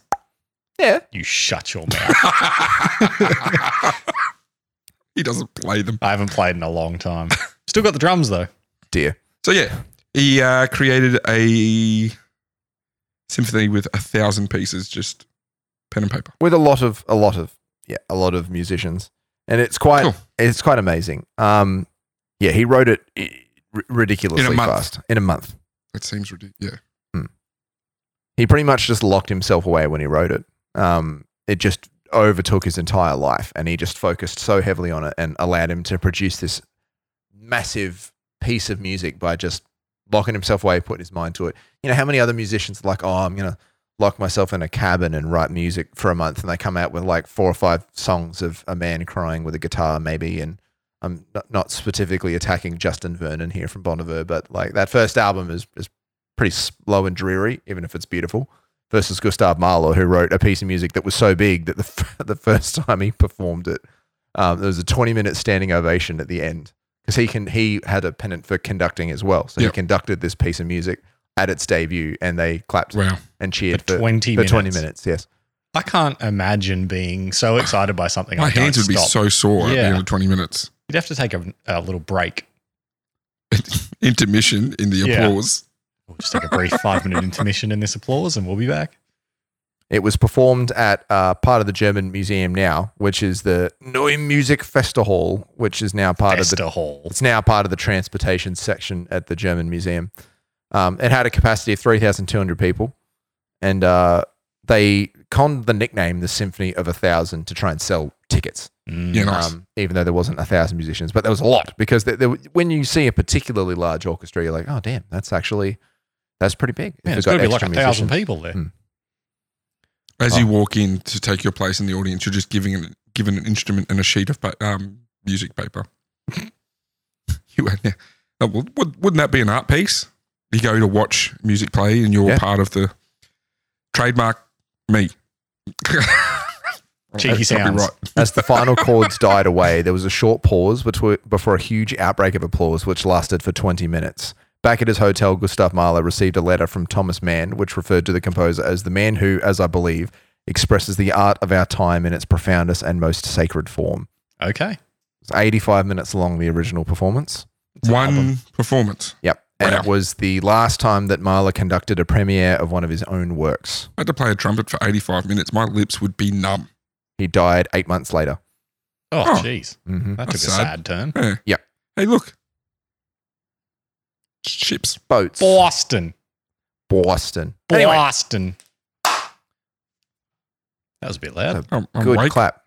Speaker 1: Yeah.
Speaker 2: You shut your mouth.
Speaker 3: he doesn't play them.
Speaker 2: I haven't played in a long time. Still got the drums though.
Speaker 1: Dear.
Speaker 3: So yeah, he uh, created a symphony with a thousand pieces, just pen and paper.
Speaker 1: with a lot of a lot of yeah a lot of musicians and it's quite
Speaker 3: Cool.
Speaker 1: it's quite amazing um yeah he wrote it i- r- ridiculously
Speaker 3: month.
Speaker 1: fast in a month
Speaker 3: It seems ridiculous. Yeah.
Speaker 1: he pretty much just locked himself away when he wrote it um it just overtook his entire life and he just focused so heavily on it and allowed him to produce this massive piece of music by just locking himself away putting his mind to it you know how many other musicians are like oh i'm gonna lock myself in a cabin and write music for a month and they come out with like four or five songs of a man crying with a guitar maybe and i'm not, not specifically attacking justin vernon here from bonnevere but like that first album is, is pretty slow and dreary even if it's beautiful versus gustav mahler who wrote a piece of music that was so big that the, f- the first time he performed it um, there was a 20 minute standing ovation at the end because he can he had a pennant for conducting as well so
Speaker 3: Yeah.
Speaker 1: he conducted this piece of music at its debut and they clapped
Speaker 3: Wow.
Speaker 1: and
Speaker 2: For
Speaker 1: cheered for,
Speaker 2: 20
Speaker 1: for
Speaker 2: minutes.
Speaker 1: 20 minutes. Yes.
Speaker 2: I can't imagine being so excited by something.
Speaker 3: My
Speaker 2: I
Speaker 3: hands
Speaker 2: don't
Speaker 3: would be
Speaker 2: stop.
Speaker 3: so sore at the
Speaker 2: Yeah.
Speaker 3: end of 20 minutes.
Speaker 2: You'd have to take a, a little break.
Speaker 3: Intermission in the
Speaker 2: Yeah.
Speaker 3: applause.
Speaker 2: We'll just take a brief five minute intermission in this applause and we'll be back.
Speaker 1: It was performed at uh, part of the German museum now, which is the Neue Musik Festehall, which is now part of the
Speaker 2: Esther Hall.
Speaker 1: it's now part of the transportation section at the German museum. Um, it had a capacity of 3,200 people, and uh, they conned the nickname the Symphony of a Thousand to try and sell tickets.
Speaker 2: Mm.
Speaker 3: Yeah, nice.
Speaker 1: um, even though there wasn't a thousand musicians, but there was a lot because there, there, when you see a particularly large orchestra, you're like, oh damn, that's actually that's pretty big. If
Speaker 2: Man,
Speaker 1: it
Speaker 2: it's
Speaker 1: got
Speaker 2: got to be like a
Speaker 1: extra
Speaker 2: thousand
Speaker 1: musicians.
Speaker 2: people there.
Speaker 1: Mm.
Speaker 3: As
Speaker 1: oh.
Speaker 3: you walk in to take your place in the audience, you're just giving an, given an instrument and a sheet of pa- um, music paper. you are now, oh, well, would- wouldn't that be an art piece? You go to watch music play and you're
Speaker 1: Yeah.
Speaker 3: part of the trademark me.
Speaker 2: Cheeky
Speaker 3: That'd be
Speaker 2: sounds.
Speaker 1: As the final chords died away, there was a short pause betwe- before a huge outbreak of applause, which lasted for 20 minutes. Back at his hotel, Gustav Mahler received a letter from Thomas Mann, which referred to the composer as the man who, as I believe, expresses the art of our time in its profoundest and most sacred form.
Speaker 2: Okay.
Speaker 1: It's 85 minutes long, the original performance.
Speaker 2: It's an
Speaker 3: One
Speaker 2: album.
Speaker 3: performance.
Speaker 1: Yep. And
Speaker 3: Wow.
Speaker 1: it was the last time that Mahler conducted a premiere of one of his own works.
Speaker 3: I had to play a trumpet for 85 minutes. My lips would be numb.
Speaker 1: He died eight months later.
Speaker 2: Oh,
Speaker 3: Oh.
Speaker 2: jeez.
Speaker 1: Mm-hmm.
Speaker 2: That took
Speaker 3: That's
Speaker 2: a
Speaker 3: sad.
Speaker 2: sad turn.
Speaker 3: Yeah.
Speaker 1: Yeah.
Speaker 3: Hey, look. Ships.
Speaker 1: Boats.
Speaker 2: Boston.
Speaker 1: Boston. Anyway,
Speaker 2: Boston. That was a bit loud.
Speaker 3: I'm, I'm
Speaker 1: good
Speaker 3: awake.
Speaker 1: clap.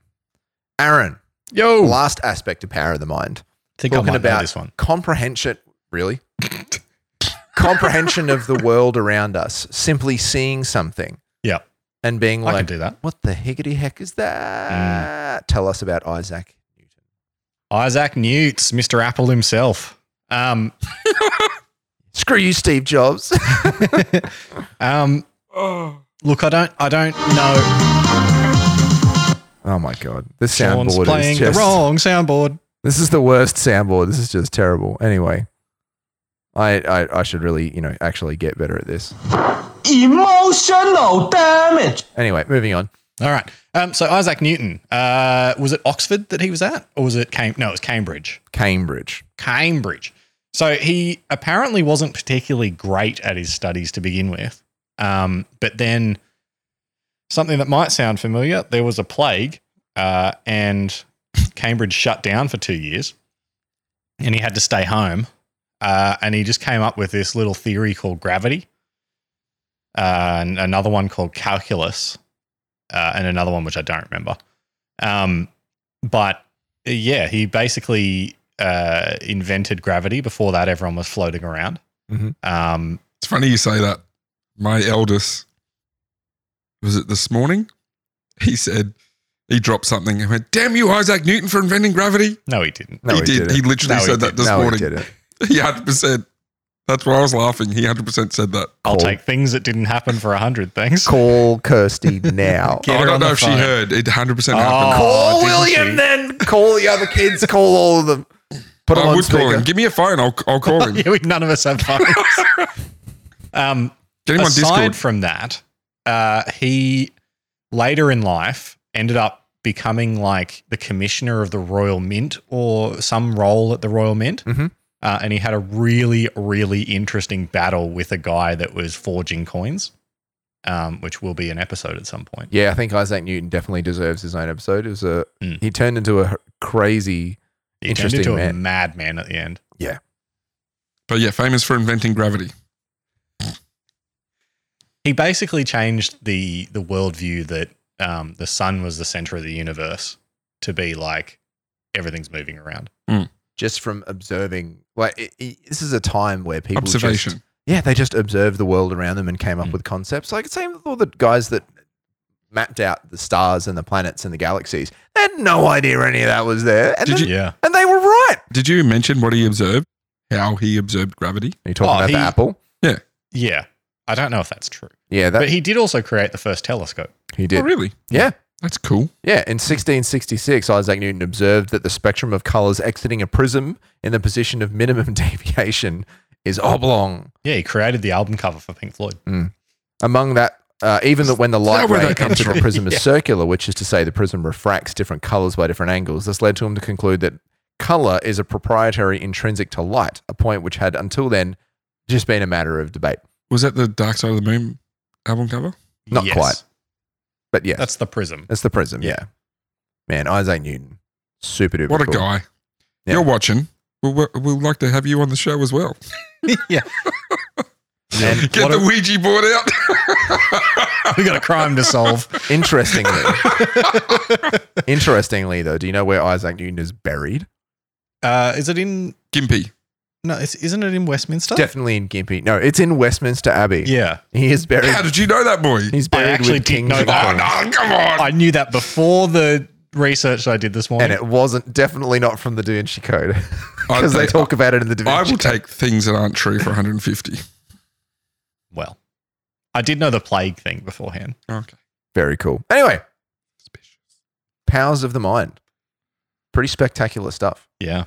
Speaker 1: Aaron,
Speaker 2: Yo.
Speaker 1: last aspect of power of the mind.
Speaker 2: I think
Speaker 1: Talking
Speaker 2: I might know
Speaker 1: about
Speaker 2: this one.
Speaker 1: comprehension. Really? comprehension of the world around us. Simply seeing something.
Speaker 2: Yeah.
Speaker 1: And being
Speaker 2: I can
Speaker 1: like,
Speaker 2: do that. Mm.
Speaker 1: what the higgity heck is that? Tell us about Isaac Newton.
Speaker 2: Isaac Newts, Mr. Apple himself. Um,
Speaker 1: Screw you, Steve Jobs.
Speaker 2: um,
Speaker 3: Oh.
Speaker 2: look, I don't, I don't know.
Speaker 1: oh my God. This
Speaker 2: Sean's
Speaker 1: soundboard
Speaker 2: playing
Speaker 1: is just.
Speaker 2: the wrong soundboard.
Speaker 1: This is the worst soundboard. This is just terrible. Anyway, I, I I should really you know actually get better at this.
Speaker 4: Emotional damage.
Speaker 1: Anyway, moving on.
Speaker 2: All right. Um, so Isaac Newton, uh, was it Oxford that he was at, or was it Cam? No, it was Cambridge.
Speaker 1: Cambridge.
Speaker 2: Cambridge. So he apparently wasn't particularly great at his studies to begin with. Um, but then something that might sound familiar there was a plague, uh, and Cambridge shut down for two years, and he had to stay home. Uh, and he just came up with this little theory called gravity, uh, and another one called calculus, uh, and another one which I don't remember. Um, but uh, yeah, he basically uh, invented gravity. Before that, everyone was floating around.
Speaker 1: Mhm.
Speaker 2: Um,
Speaker 3: It's funny you say that. My eldest, was it this morning? He said, he dropped something and went, Damn you, Isaac Newton, for inventing gravity.
Speaker 2: no, he didn't.
Speaker 1: No,
Speaker 3: he,
Speaker 1: he,
Speaker 3: did.
Speaker 1: didn't.
Speaker 3: He literally
Speaker 2: No, he
Speaker 3: said that
Speaker 2: didn't.
Speaker 3: this
Speaker 1: no,
Speaker 3: morning.
Speaker 1: he didn't.
Speaker 3: He 100%. That's why I was laughing. He 100% said that.
Speaker 2: I'll
Speaker 1: Cool.
Speaker 2: take things that didn't happen for a hundred things.
Speaker 1: Call Kirsty now.
Speaker 2: Get
Speaker 3: I
Speaker 2: her on
Speaker 3: don't know
Speaker 2: the
Speaker 3: if she
Speaker 2: phone.
Speaker 3: heard. It 100%
Speaker 2: Oh,
Speaker 3: happened.
Speaker 2: didn't she?
Speaker 1: then. Call the other kids. Call all of them. Put him
Speaker 3: I
Speaker 1: on
Speaker 3: would call
Speaker 1: speaker.
Speaker 3: him. Give me a phone. I'll, I'll call him.
Speaker 2: yeah, we, none of us have phones. um,
Speaker 3: Get him on
Speaker 2: aside
Speaker 3: Discord.
Speaker 2: from that, uh, he later in life ended up becoming like the commissioner of the Royal Mint or some role at the Royal Mint.
Speaker 3: Mm-hmm.
Speaker 1: Mhm.
Speaker 2: Uh, and he had a really, really interesting battle with a guy that was forging coins, um, which will be an episode at some point.
Speaker 1: Yeah, I think Isaac Newton definitely deserves his own episode. It was a
Speaker 3: Hmm.
Speaker 2: Mm.
Speaker 1: he turned into a crazy.
Speaker 2: He
Speaker 1: Interesting
Speaker 2: turned into a
Speaker 1: man.
Speaker 2: madman at the end.
Speaker 3: But yeah, famous for inventing gravity.
Speaker 2: He basically changed the the worldview that um, the sun was the center of the universe to be like everything's moving around.
Speaker 1: Just from observing, like it, it- this is a time where people just-
Speaker 3: Observation. Hmm.
Speaker 1: yeah, they just observed the world around them and came up
Speaker 2: Mm.
Speaker 1: with concepts. Like same with all the guys that mapped out the stars and the planets and the galaxies. They had no idea any of that was there, and,
Speaker 3: Did
Speaker 1: then-
Speaker 3: you-
Speaker 2: Yeah.
Speaker 1: and they were right.
Speaker 3: Did you mention what he observed? How he observed gravity?
Speaker 1: Are you talking
Speaker 2: Oh,
Speaker 1: about
Speaker 2: he-
Speaker 1: the apple?
Speaker 2: Yeah. I don't know if that's true.
Speaker 1: Yeah, that
Speaker 2: but he did also create the first telescope.
Speaker 1: he did.
Speaker 3: Oh, really?
Speaker 1: Yeah.
Speaker 3: That's cool.
Speaker 1: Yeah, in 1666, Isaac Newton observed that the spectrum of colors exiting a prism in the position of minimum deviation is oblong.
Speaker 2: Yeah, he created the album cover for Pink Floyd.
Speaker 1: Among that, uh, even that when the light
Speaker 3: that where
Speaker 1: ray
Speaker 3: that comes
Speaker 1: enters a
Speaker 3: from?
Speaker 1: prism is circular, which is to say the prism refracts different colors by different angles. This led to him to conclude that color is a proprietary intrinsic to light, a point which had until then just been a matter of debate.
Speaker 3: Was that the Dark Side of the Moon album cover?
Speaker 1: Not quite. But yeah, that's,
Speaker 2: That's the prism.
Speaker 1: the prism. Yeah.
Speaker 2: Yeah.
Speaker 1: man, Isaac Newton, super duper.
Speaker 3: What a
Speaker 1: cool.
Speaker 3: guy.
Speaker 1: Yeah.
Speaker 3: You're watching. We'll, we'll, we'll like to have you on the show as well.
Speaker 2: yeah.
Speaker 1: And
Speaker 3: Get
Speaker 2: What
Speaker 3: the
Speaker 2: a-
Speaker 3: Ouija board out.
Speaker 2: We got a crime to solve.
Speaker 1: Interestingly, interestingly though, do you know where Isaac Newton is buried?
Speaker 2: Uh, is it in
Speaker 3: Gimpy.
Speaker 2: no, it's, isn't it in Westminster?
Speaker 1: Definitely in Gympie. No, it's in Westminster Abbey.
Speaker 2: yeah.
Speaker 1: He is buried.
Speaker 3: How did you know that, boy?
Speaker 1: He's
Speaker 2: I
Speaker 1: buried
Speaker 2: actually
Speaker 1: with
Speaker 2: did
Speaker 1: kings
Speaker 2: know
Speaker 1: and
Speaker 2: that.
Speaker 3: Oh,
Speaker 1: queens.
Speaker 3: no, come on.
Speaker 2: I knew that before the research I did this morning.
Speaker 1: And it wasn't definitely not from the Da Vinci Code
Speaker 3: I-
Speaker 1: because they
Speaker 3: I-
Speaker 1: talk about it in the Da
Speaker 3: I
Speaker 1: Vinci
Speaker 3: will
Speaker 1: Code.
Speaker 3: take things that aren't true for 150.
Speaker 2: well. I did know the plague thing beforehand.
Speaker 3: Okay.
Speaker 1: Very cool. Anyway, powers of the mind. Pretty spectacular stuff.
Speaker 2: Yeah.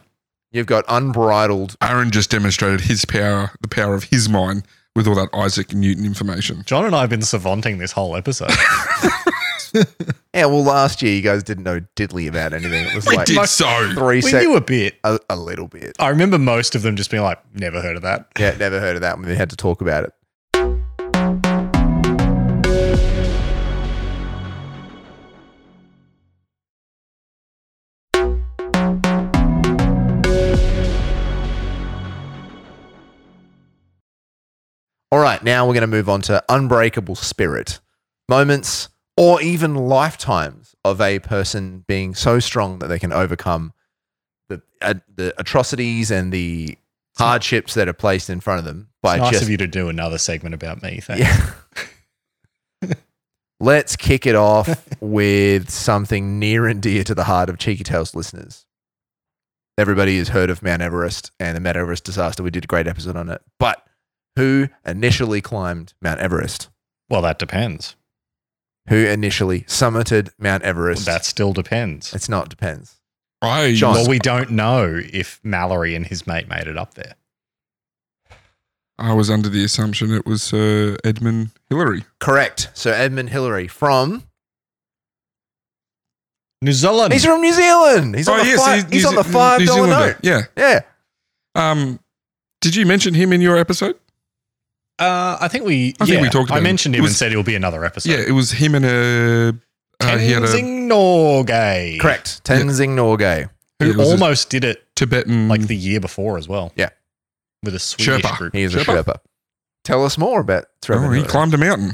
Speaker 1: You've got unbridled.
Speaker 3: Aaron just demonstrated his power, the power of his mind, with all that Isaac Newton information.
Speaker 2: John and I have been savanting this whole episode.
Speaker 1: Yeah, well, last year you guys didn't know diddly about anything. It was
Speaker 3: We
Speaker 1: like
Speaker 3: did so.
Speaker 1: three
Speaker 2: we
Speaker 1: seconds.
Speaker 2: knew a bit.
Speaker 1: A, a little bit.
Speaker 2: I remember most of them just being like, never heard of that.
Speaker 1: Yeah, never heard of that when we had to talk about it. All right, now we're going to move on to unbreakable spirit moments or even lifetimes of a person being so strong that they can overcome the, uh, the atrocities and the hardships that are placed in front of them by
Speaker 2: nice
Speaker 1: just
Speaker 2: of you to do another segment about me. Thanks.
Speaker 1: yeah. Let's kick it off with something near and dear to the heart of Cheeky Tales listeners. Everybody has heard of Mount Everest and the Mount Everest disaster. We did a great episode on it. But who initially climbed Mount Everest?
Speaker 2: Well, that depends.
Speaker 1: Who initially summited Mount Everest?
Speaker 2: That still depends.
Speaker 1: it's not depends.
Speaker 3: I
Speaker 1: John.
Speaker 2: Well, we don't know if Mallory and his mate made it up there.
Speaker 3: I was under the assumption it was Sir Edmund Hillary.
Speaker 1: Correct. So Edmund Hillary from
Speaker 2: New Zealand.
Speaker 1: He's from New Zealand. He's on the
Speaker 3: yes,
Speaker 1: fi-
Speaker 3: Oh, he's-
Speaker 1: he's,
Speaker 3: he's
Speaker 1: on the
Speaker 3: a-
Speaker 1: five
Speaker 3: New
Speaker 1: dollar
Speaker 3: Zealander.
Speaker 1: note.
Speaker 3: Yeah.
Speaker 1: Yeah.
Speaker 3: Um, did you mention him in your episode?
Speaker 2: uh, I think we.
Speaker 3: I
Speaker 2: yeah,
Speaker 3: think we talked
Speaker 2: I
Speaker 3: about him.
Speaker 2: mentioned
Speaker 3: It
Speaker 2: him and
Speaker 3: was-
Speaker 2: said he'll be another episode.
Speaker 3: Yeah, it was him and a. Uh, he had a
Speaker 2: Tenzing Norgay,
Speaker 1: Correct. Tenzing Norgay.
Speaker 3: Yeah,
Speaker 2: who
Speaker 3: it was a-
Speaker 2: almost did it
Speaker 3: Tibetan.
Speaker 2: like the year before as well.
Speaker 1: Yeah.
Speaker 2: with a Swedish
Speaker 3: Sherpa.
Speaker 2: group.
Speaker 1: He is a
Speaker 3: Sherpa.
Speaker 1: Sherpa. Tell us more about Trevor.
Speaker 3: oh, he
Speaker 1: Noah.
Speaker 3: climbed a mountain.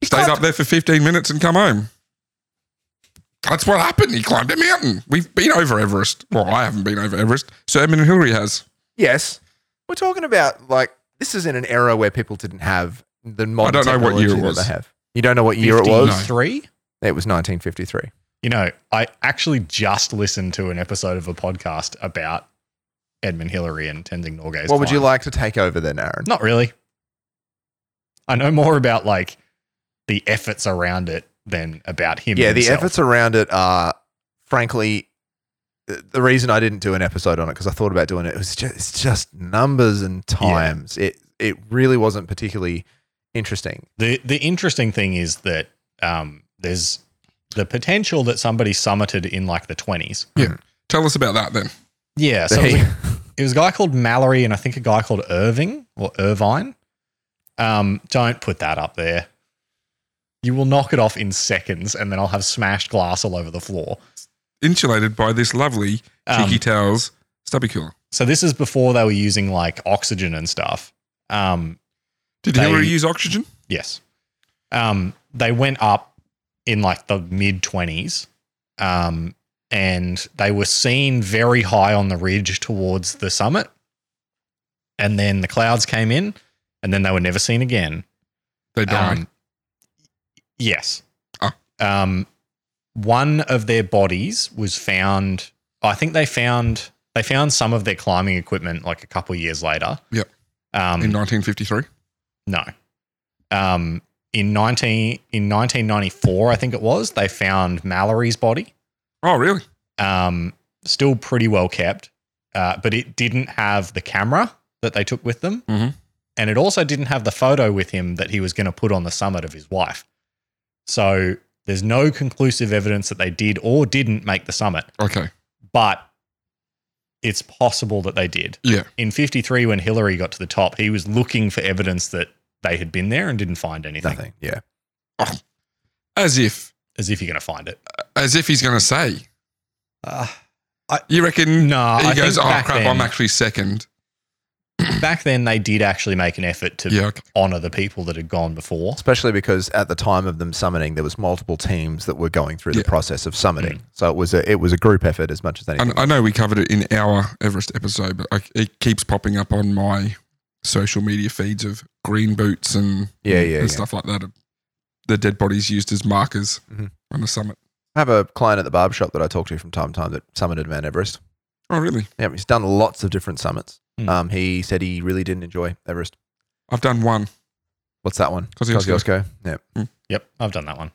Speaker 1: He
Speaker 3: stayed
Speaker 1: climbed-
Speaker 3: up there for 15 minutes and come home. That's what happened. He climbed a mountain. We've been over Everest. Well, I haven't been over Everest. Sir Edmund Hillary has.
Speaker 1: Yes. We're talking about like this is in an era where people didn't have the modern
Speaker 3: don't know what year
Speaker 1: technology
Speaker 3: it
Speaker 1: that
Speaker 3: was.
Speaker 1: They have. You don't know what year it was?
Speaker 2: Three.
Speaker 1: It was 1953.
Speaker 2: You know, I actually just listened to an episode of a podcast about Edmund Hillary and Tenzing Norgay's.
Speaker 1: what would you
Speaker 2: climb.
Speaker 1: like to take over then, Aaron?
Speaker 2: Not really. I know more about like the efforts around it than about him.
Speaker 1: yeah, the
Speaker 2: himself.
Speaker 1: efforts around it are frankly the reason I didn't do an episode on it because I thought about doing it, it was just it's just numbers and times. It it really wasn't particularly interesting.
Speaker 2: The the interesting thing is that um, there's the potential that somebody summited in like the 20s.
Speaker 3: Tell us about that then.
Speaker 2: Yeah, so it was, a, it was a guy called Mallory and I think a guy called Irving or Irvine. Um, don't put that up there. You will knock it off in seconds, and then I'll have smashed glass all over the floor.
Speaker 3: Insulated by this lovely
Speaker 2: Um,
Speaker 3: cheeky towels stubby cooler.
Speaker 2: so this is before they were using like oxygen and stuff. Um,
Speaker 3: Did
Speaker 2: they-
Speaker 3: they, use oxygen?
Speaker 2: Yes. Um, they went up in like the mid 20s. Um, and they were seen very high on the ridge towards the summit. And then the clouds came in and then they were never seen again.
Speaker 3: They died.
Speaker 2: Um, yes.
Speaker 3: Ah.
Speaker 2: Um, one of their bodies was found. I think they found they found some of their climbing equipment like a couple years later.
Speaker 3: Yep.
Speaker 2: Um,
Speaker 3: in 1953.
Speaker 2: no. Um, in nineteen in nineteen ninety four, I think it was, they found Mallory's body.
Speaker 3: Oh, really?
Speaker 2: Um, still pretty well kept, uh, but it didn't have the camera that they took with them,
Speaker 3: Mhm.
Speaker 2: and it also didn't have the photo with him that he was going to put on the summit of his wife. So there's no conclusive evidence that they did or didn't make the summit,
Speaker 3: Okay.
Speaker 2: but it's possible that they did
Speaker 3: Yeah.
Speaker 2: in 53 when hillary got to the top he was looking for evidence that they had been there and didn't find anything
Speaker 1: Nothing. Yeah.
Speaker 3: As if,
Speaker 2: as if you're going to find it
Speaker 3: as if he's going to say.
Speaker 2: uh,
Speaker 3: You reckon?
Speaker 2: no
Speaker 3: He
Speaker 2: I
Speaker 3: goes,
Speaker 2: think
Speaker 3: oh
Speaker 2: back,
Speaker 3: crap! I'm
Speaker 2: then,
Speaker 3: actually second.
Speaker 2: back then they did actually make an effort to
Speaker 3: Yeah. Okay.
Speaker 2: honor the people that had gone before
Speaker 1: Especially because at the time of them summiting, there was multiple teams that were going through
Speaker 3: Yeah.
Speaker 1: the process of
Speaker 2: Mm.
Speaker 1: summiting. So it was a it was a group effort as much as anything.
Speaker 3: I, I know we covered it in our Everest episode, but I, it keeps popping up on my social media feeds of green boots and
Speaker 1: Yeah, yeah,
Speaker 3: and
Speaker 1: yeah.
Speaker 3: stuff like that. The dead bodies used as markers
Speaker 1: Mhm.
Speaker 3: on the summit.
Speaker 1: I have a client at the barber shop that I talk to from time to time that summited Mount Everest.
Speaker 3: Oh, really?
Speaker 1: Yeah, he's done lots of different summits.
Speaker 2: Hmm.
Speaker 1: Um, he said he really didn't enjoy Everest.
Speaker 3: I've done one.
Speaker 1: What's that one?
Speaker 3: Kosciuszko.
Speaker 1: Kosciuszko. Yeah.
Speaker 2: yep i've done that one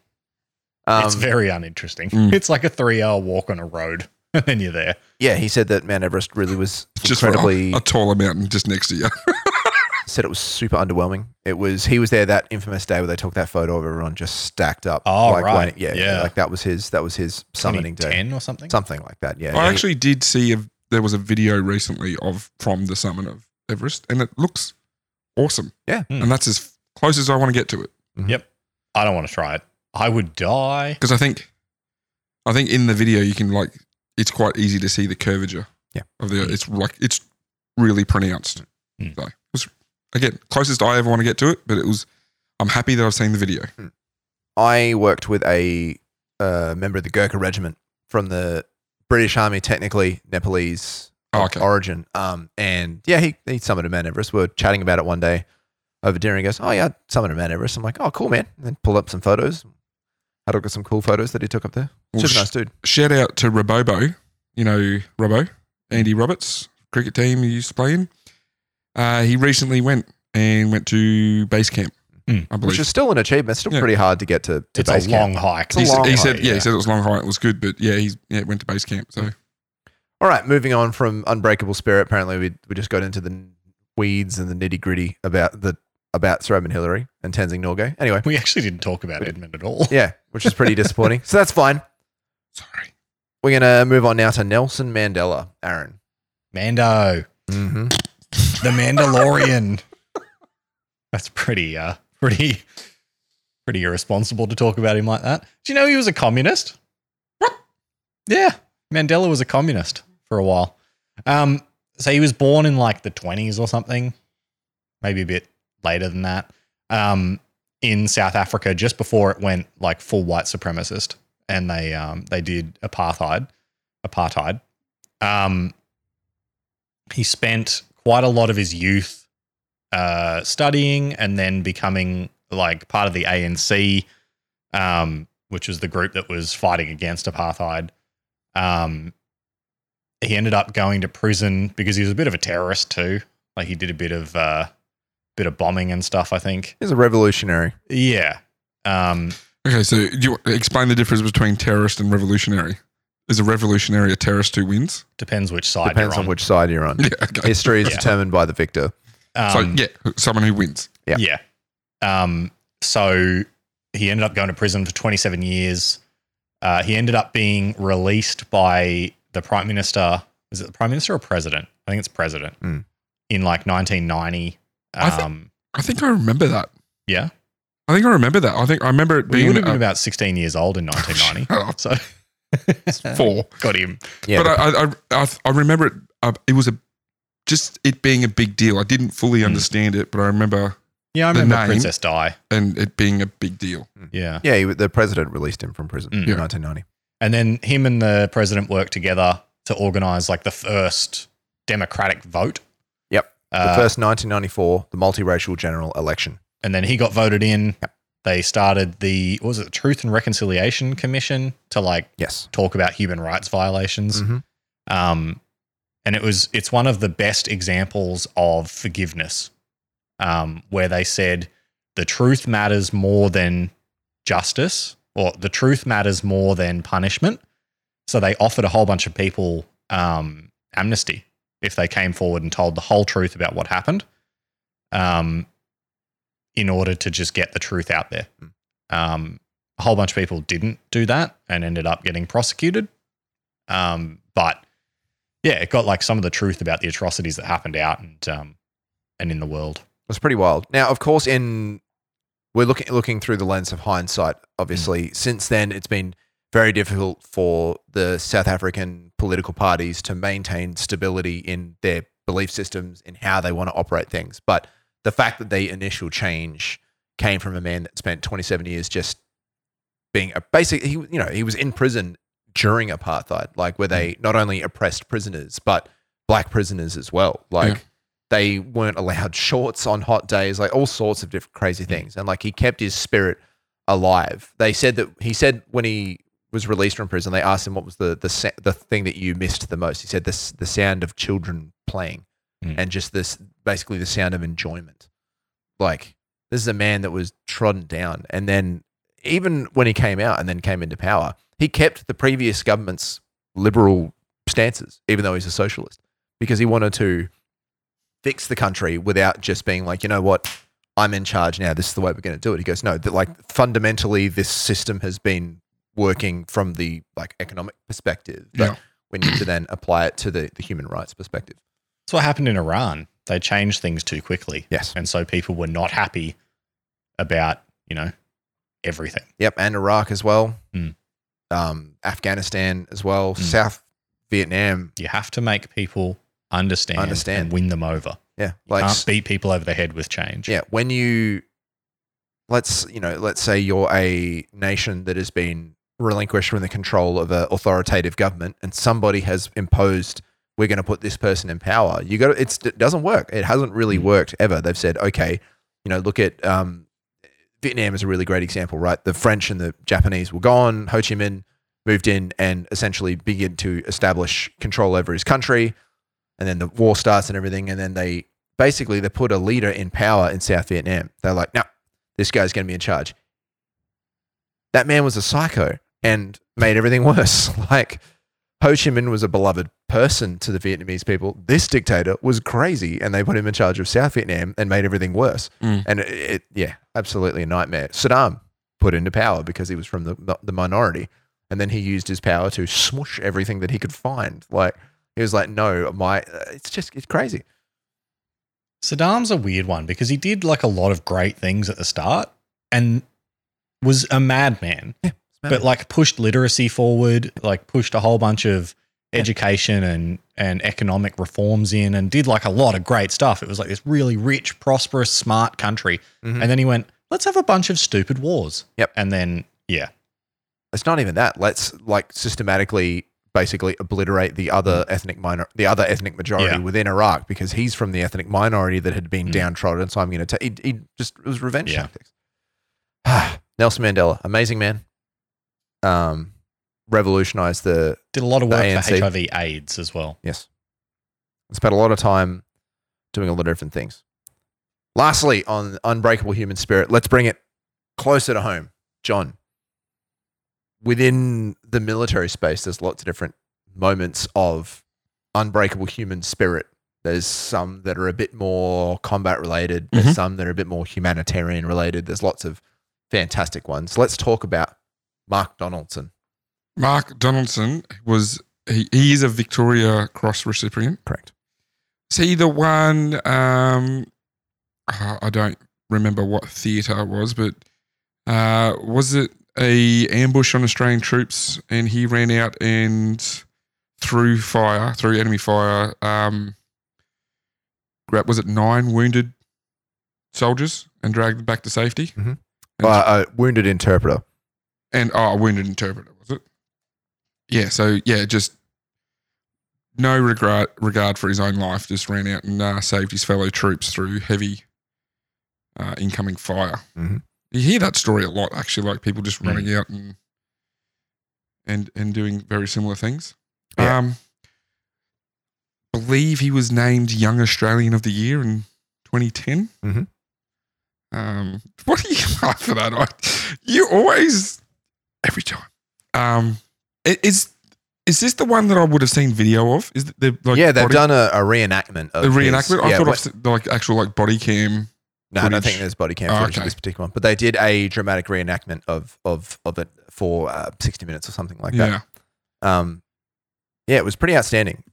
Speaker 1: Um,
Speaker 2: it's very uninteresting
Speaker 3: Mm.
Speaker 2: it's like a three hour walk on a road and then you're there
Speaker 1: yeah, he said that Mount Everest really was
Speaker 3: Just for a-
Speaker 1: incredibly.
Speaker 3: a taller mountain just next to you.
Speaker 1: said it was super underwhelming. It was he was there that infamous day where they took that photo of everyone just stacked up.
Speaker 2: Oh,
Speaker 1: like,
Speaker 2: right.
Speaker 1: yeah,
Speaker 2: Yeah.
Speaker 1: like that was his that was his summoning day,
Speaker 2: 2010 or something
Speaker 1: something like that. Yeah,
Speaker 3: I
Speaker 1: He-
Speaker 3: actually did see a, there was a video recently of from the summit of Everest, and it looks awesome.
Speaker 1: Yeah.
Speaker 2: Mm.
Speaker 3: and that's as close as I want to get to it
Speaker 2: i don't want to try it i would die
Speaker 3: because I think, I think in the video you can like it's quite easy to see the curvature.
Speaker 1: Yeah.
Speaker 3: of the it's like it's really pronounced.
Speaker 2: Mm.
Speaker 3: So it was again closest I ever want to get to it, but it was. I'm happy that I've seen the video.
Speaker 1: I worked with a uh, member of the Gurkha regiment from the British Army, technically Nepalese uh,
Speaker 3: Oh, okay.
Speaker 1: origin. Um, and yeah, he, he summited Mount Everest. We were chatting about it one day over dinner. He goes, Oh, yeah, I summited Mount Everest. I'm like, Oh, cool, man. And then pulled up some photos. Had a look at some cool photos that he took up there.
Speaker 3: Well,
Speaker 1: Super
Speaker 3: sh-
Speaker 1: nice dude.
Speaker 3: shout out to Robobo, you know Robo, Andy Roberts, cricket team he used to play in. Uh, he recently went and went to base camp,
Speaker 2: Mm.
Speaker 3: I believe.
Speaker 1: Which is still an achievement. It's still
Speaker 3: Yeah.
Speaker 1: pretty hard to get to, to
Speaker 2: it's
Speaker 1: base
Speaker 2: a
Speaker 1: camp.
Speaker 2: long hike
Speaker 1: It's a
Speaker 3: He's-
Speaker 1: long
Speaker 3: he
Speaker 1: hike,
Speaker 3: said, yeah, he said it was long height, it was good, but yeah, he yeah, went to base camp. So
Speaker 1: All right, moving on from Unbreakable Spirit. Apparently, we we just got into the weeds and the nitty gritty about the about Sir Edmund Hillary and Tenzing Norgay. Anyway,
Speaker 2: we actually didn't talk about edmund at all
Speaker 1: yeah, which is pretty disappointing. So that's fine.
Speaker 3: sorry.
Speaker 1: We're going to move on now to Nelson Mandela, Aaron.
Speaker 2: mando
Speaker 1: Mm-hmm.
Speaker 2: The Mandalorian. That's pretty, uh, pretty, pretty irresponsible to talk about him like that. Do you know he was a communist? What? Yeah, Mandela was a communist for a while. Um, so he was born in like the twenties or something, maybe a bit later than that. Um, in South Africa, just before it went like full white supremacist, and they um they did apartheid, apartheid. Um, he spent quite a lot of his youth uh, studying and then becoming like part of the ANC, um, which was the group that was fighting against apartheid. Um, he ended up going to prison because he was a bit of a terrorist too. Like he did a bit of uh, bit of bombing and stuff. I think.
Speaker 1: He's a revolutionary.
Speaker 2: Yeah. Um,
Speaker 3: Okay, so do you explain the difference between terrorist and revolutionary? Is a revolutionary a terrorist who wins?
Speaker 2: Depends which side
Speaker 1: Depends
Speaker 2: you're on.
Speaker 1: on which side you're on.
Speaker 3: Yeah, okay.
Speaker 1: History is
Speaker 2: Yeah.
Speaker 1: determined by the victor.
Speaker 3: so
Speaker 2: Um,
Speaker 3: yeah, someone who wins.
Speaker 2: Yeah. Um, so he ended up going to prison for 27 years. Uh, he ended up being released by the prime minister. Is it the prime minister or president? I think it's president
Speaker 1: Mm.
Speaker 2: in like 1990.
Speaker 3: I think-
Speaker 2: Um,
Speaker 3: I think I remember that.
Speaker 2: yeah.
Speaker 3: I think I remember that. I think I remember it
Speaker 2: Well, he would
Speaker 3: being
Speaker 2: have been
Speaker 3: uh,
Speaker 2: about 16 years old in 1990. so
Speaker 3: four.
Speaker 2: got him.
Speaker 1: Yeah,
Speaker 3: but I, I, I, I- I remember it. Uh, it was a just it being a big deal. I didn't fully
Speaker 2: Hmm.
Speaker 3: understand it, but I remember
Speaker 2: Yeah, I
Speaker 3: The
Speaker 2: remember
Speaker 3: name.
Speaker 2: Princess Di.
Speaker 3: and it being a big deal.
Speaker 2: Yeah.
Speaker 1: Yeah, he, the president released him from prison
Speaker 2: Mm.
Speaker 1: in 1990.
Speaker 2: And then him and the president worked together to organize like the first democratic vote.
Speaker 1: Yep.
Speaker 2: Uh,
Speaker 1: the first 1994, the multiracial general election.
Speaker 2: and then he got voted in. They started the what was it the Truth and Reconciliation Commission to like
Speaker 1: Yes.
Speaker 2: talk about human rights violations.
Speaker 1: Mhm.
Speaker 2: Um, and it was it's one of the best examples of forgiveness, um, where they said the truth matters more than justice, or the truth matters more than punishment. So they offered a whole bunch of people um, amnesty if they came forward and told the whole truth about what happened, um, in order to just get the truth out there. Um, a whole bunch of people didn't do that and ended up getting prosecuted. Um, but yeah, it got like some of the truth about the atrocities that happened out and um, and in the world.
Speaker 1: That's pretty wild. Now, of course, in we're looking looking through the lens of hindsight. Obviously, since then, it's been very difficult for the South African political parties to maintain stability in their belief systems and how they want to operate things. But the fact that the initial change came from a man that spent 27 years just being a basic he you know he was in prison during apartheid like where they not only oppressed prisoners but black prisoners as well like
Speaker 3: Yeah.
Speaker 1: they weren't allowed shorts on hot days like all sorts of different crazy things and like he kept his spirit alive they said that he said when he was released from prison they asked him what was the the sa- the thing that you missed the most he said this the sound of children playing
Speaker 2: Mm.
Speaker 1: and just this basically the sound of enjoyment like this is a man that was trodden down and then even when he came out and then came into power, he kept the previous government's liberal stances, even though he's a socialist, because he wanted to fix the country without just being like, you know what, I'm in charge now. This is the way we're going to do it. He goes, no, that like fundamentally, this system has been working from the like economic perspective. But
Speaker 3: Yeah.
Speaker 1: we need to then apply it to the, the human rights perspective.
Speaker 2: That's what happened in Iran. They changed things too quickly,
Speaker 1: Yes.
Speaker 2: and so people were not happy about you know everything.
Speaker 1: Yep, and Iraq as well.
Speaker 2: Mm.
Speaker 1: Um, Afghanistan as well.
Speaker 2: Mm.
Speaker 1: South Vietnam.
Speaker 2: You have to make people understand,
Speaker 1: Understand.
Speaker 2: and win them over.
Speaker 1: Yeah,
Speaker 2: You
Speaker 1: like
Speaker 2: can't beat people over the head with change.
Speaker 1: Yeah, when you let's you know, let's say you're a nation that has been relinquished from the control of an authoritative government, and somebody has imposed we're going to put this person in power. You got it's, it doesn't work. It hasn't really worked ever. They've said, okay, you know, look at um, Vietnam is a really great example, right? The French and the Japanese were gone. Ho Chi Minh moved in and essentially began to establish control over his country. And then the war starts and everything. And then they basically they put a leader in power in South Vietnam. They're like, no, this guy's going to be in charge. That man was a psycho and made everything worse. Like Ho Chi Minh was a beloved person to the Vietnamese people. This dictator was crazy, and they put him in charge of South Vietnam and made everything worse.
Speaker 3: Mm.
Speaker 1: And it, it, yeah, absolutely a nightmare. Saddam put into power because he was from the the minority, and then he used his power to smush everything that he could find. Like he was like, no, my, uh, it's just it's crazy.
Speaker 2: Saddam's a weird one because he did like a lot of great things at the start and was a madman, but like pushed literacy forward, like pushed a whole bunch of education and and economic reforms in and did like a lot of great stuff. It was like this really rich, prosperous, smart country.
Speaker 1: Mhm.
Speaker 2: And then he went, "Let's have a bunch of stupid wars."
Speaker 1: Yep.
Speaker 2: And then yeah.
Speaker 1: it's not even that. Let's like systematically basically obliterate the other ethnic minor the other ethnic majority
Speaker 2: Mm. Yeah.
Speaker 1: within Iraq because he's from the ethnic minority that had been
Speaker 2: Mm.
Speaker 1: downtrodden. So I'm gonna take he, he just it was revenge
Speaker 2: Yeah.
Speaker 1: tactics. Nelson Mandela, amazing man. Um revolutionized the
Speaker 2: Did a lot of
Speaker 1: The
Speaker 2: work for
Speaker 1: ANC.
Speaker 2: HIV AIDS as well.
Speaker 1: Yes. I spent a lot of time doing a lot of different things. Lastly, on Unbreakable Human Spirit, let's bring it closer to home. John, within the military space, there's lots of different moments of unbreakable human spirit. There's some that are a bit more combat related. There's
Speaker 3: Mhm.
Speaker 1: some that are a bit more humanitarian related. There's lots of fantastic ones. Let's talk about Mark Donaldson.
Speaker 3: Mark Donaldson was he, he is a Victoria Cross recipient.
Speaker 1: Correct.
Speaker 3: Is he the one? Um, uh, I don't remember what theatre it was, but uh, was it a ambush on Australian troops and he ran out and through fire, through enemy fire, um, grabbed was it nine wounded soldiers and dragged them back to safety?
Speaker 1: Mhm.
Speaker 3: And-
Speaker 1: Uh, uh, wounded interpreter.
Speaker 3: and oh, a wounded interpreter was it? Yeah. So yeah, just no regard regard for his own life. Just ran out and uh, saved his fellow troops through heavy uh, incoming fire.
Speaker 1: Mhm.
Speaker 3: You hear that story a lot, actually. Like people just running out and and and doing very similar things.
Speaker 1: Yeah.
Speaker 3: Um, believe he was named Young Australian of the Year in 2010.
Speaker 1: Mhm.
Speaker 3: Um, what do you like for that? I, you always every time. Um, i- is is this the one that I would have seen video of? Is the, the like
Speaker 1: yeah, they've
Speaker 3: body-
Speaker 1: done a, a reenactment of
Speaker 3: the
Speaker 1: his-
Speaker 3: reenactment? I
Speaker 1: yeah,
Speaker 3: thought
Speaker 1: when-
Speaker 3: I've seen, the, like actual like body cam.
Speaker 1: No, I don't
Speaker 3: footage.
Speaker 1: think there's body cam
Speaker 3: Oh,
Speaker 1: footage of
Speaker 3: okay.
Speaker 1: this particular one, but they did a dramatic reenactment of of of it for uh, 60 minutes or something like
Speaker 3: yeah,
Speaker 1: that. Um, yeah, it was pretty outstanding.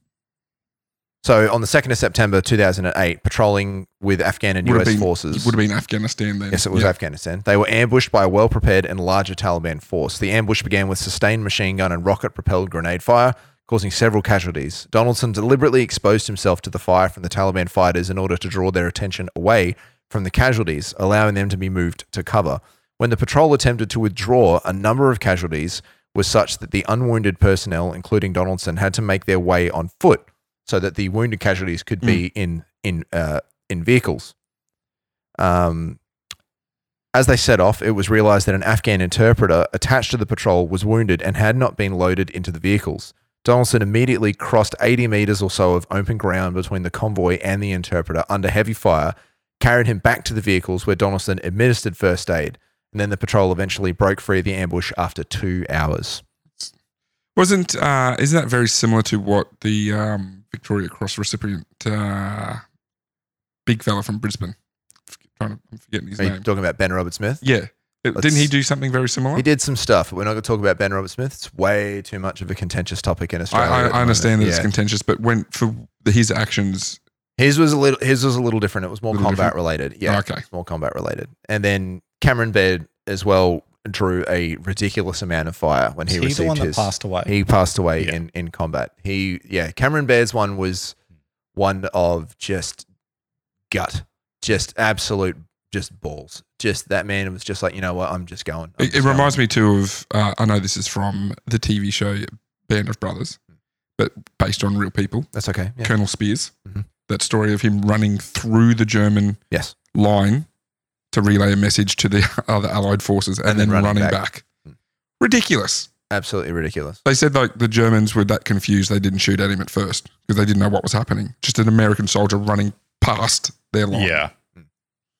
Speaker 1: So on the 2nd of September 2008, patrolling with Afghan and
Speaker 3: Would have
Speaker 1: US
Speaker 3: been-
Speaker 1: forces.
Speaker 3: would have been Afghanistan then.
Speaker 1: Yes, it was
Speaker 3: Yeah.
Speaker 1: Afghanistan. They were ambushed by a well prepared and larger Taliban force. The ambush began with sustained machine gun and rocket propelled grenade fire, causing several casualties. Donaldson deliberately exposed himself to the fire from the Taliban fighters in order to draw their attention away from the casualties, allowing them to be moved to cover. When the patrol attempted to withdraw, a number of casualties were such that the unwounded personnel, including Donaldson, had to make their way on foot so that the wounded casualties could
Speaker 3: Hmm.
Speaker 1: be in in uh, in vehicles. Um, as they set off, it was realized that an Afghan interpreter attached to the patrol was wounded and had not been loaded into the vehicles. Donaldson immediately crossed 80 meters or so of open ground between the convoy and the interpreter under heavy fire, carried him back to the vehicles where Donaldson administered first aid, and then the patrol eventually broke free of the ambush after two hours.
Speaker 3: Wasn't uh, isn't that very similar to what the um, Victoria Cross recipient, uh, big fella from Brisbane, F- trying to, I'm forgetting his
Speaker 1: Are you
Speaker 3: name.
Speaker 1: talking about Ben Robert Smith?
Speaker 3: Yeah, It- didn't he
Speaker 1: Let's-
Speaker 3: do something very similar?
Speaker 1: He did some stuff, but we're not going to talk about Ben Robert Smith. It's way too much of a contentious topic in Australia.
Speaker 3: I,
Speaker 1: at the
Speaker 3: I, I
Speaker 1: moment.
Speaker 3: understand that it's
Speaker 1: Yeah.
Speaker 3: contentious, but when for his actions,
Speaker 1: his was a little his was a little different. It was more
Speaker 3: Little
Speaker 1: combat
Speaker 3: different?
Speaker 1: related. Yeah,
Speaker 3: okay,
Speaker 1: it's more combat related. And then Cameron Baird as well drew a ridiculous amount of fire when he
Speaker 2: Is he
Speaker 1: received
Speaker 2: the one that
Speaker 1: his.
Speaker 2: passed away?
Speaker 1: He passed away
Speaker 2: Yeah.
Speaker 1: in, in combat. He yeah, Cameron Bear's one was one of just gut, just absolute, just balls. Just that man was just like you know what, I'm just going. I'm
Speaker 3: It, it
Speaker 1: just
Speaker 3: reminds
Speaker 1: going.
Speaker 3: me too of uh, I know this is from the TV show Band of Brothers, but based on real people.
Speaker 1: That's okay. Yeah.
Speaker 3: Colonel Spears,
Speaker 1: Mhm.
Speaker 3: that story of him running through the German
Speaker 1: Yes.
Speaker 3: line to relay a message to the other Allied forces, and, then, running, back.
Speaker 1: Mm.
Speaker 3: Ridiculous.
Speaker 1: Absolutely ridiculous.
Speaker 3: They said like the Germans were that confused they didn't shoot at him at first because they didn't know what was happening. Just an American soldier running past their line.
Speaker 2: yeah.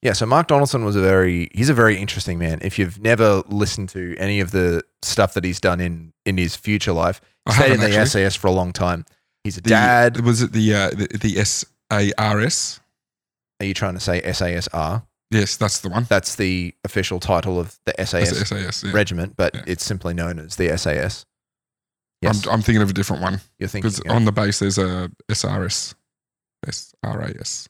Speaker 1: Yeah, so Mark Donaldson was a very he's a very interesting man. If you've never listened to any of the stuff that he's done in in his future life,
Speaker 3: I
Speaker 1: stayed in
Speaker 3: haven't
Speaker 1: the
Speaker 3: actually.
Speaker 1: SAS for a long time. He's a
Speaker 3: The,
Speaker 1: dad.
Speaker 3: was it the uh, the, the S A R S?
Speaker 1: Are you trying to say SASR?
Speaker 3: Yes, that's the one.
Speaker 1: That's the official title of the
Speaker 3: That's
Speaker 1: SAS
Speaker 3: the SAS. Yeah.
Speaker 1: regiment, but
Speaker 3: Yeah.
Speaker 1: it's simply known as the SAS. Yes,
Speaker 3: I'm, I'm thinking of a different one
Speaker 1: you're thinking.
Speaker 3: because
Speaker 1: yeah.
Speaker 3: on the base there's a SRS, SRAS.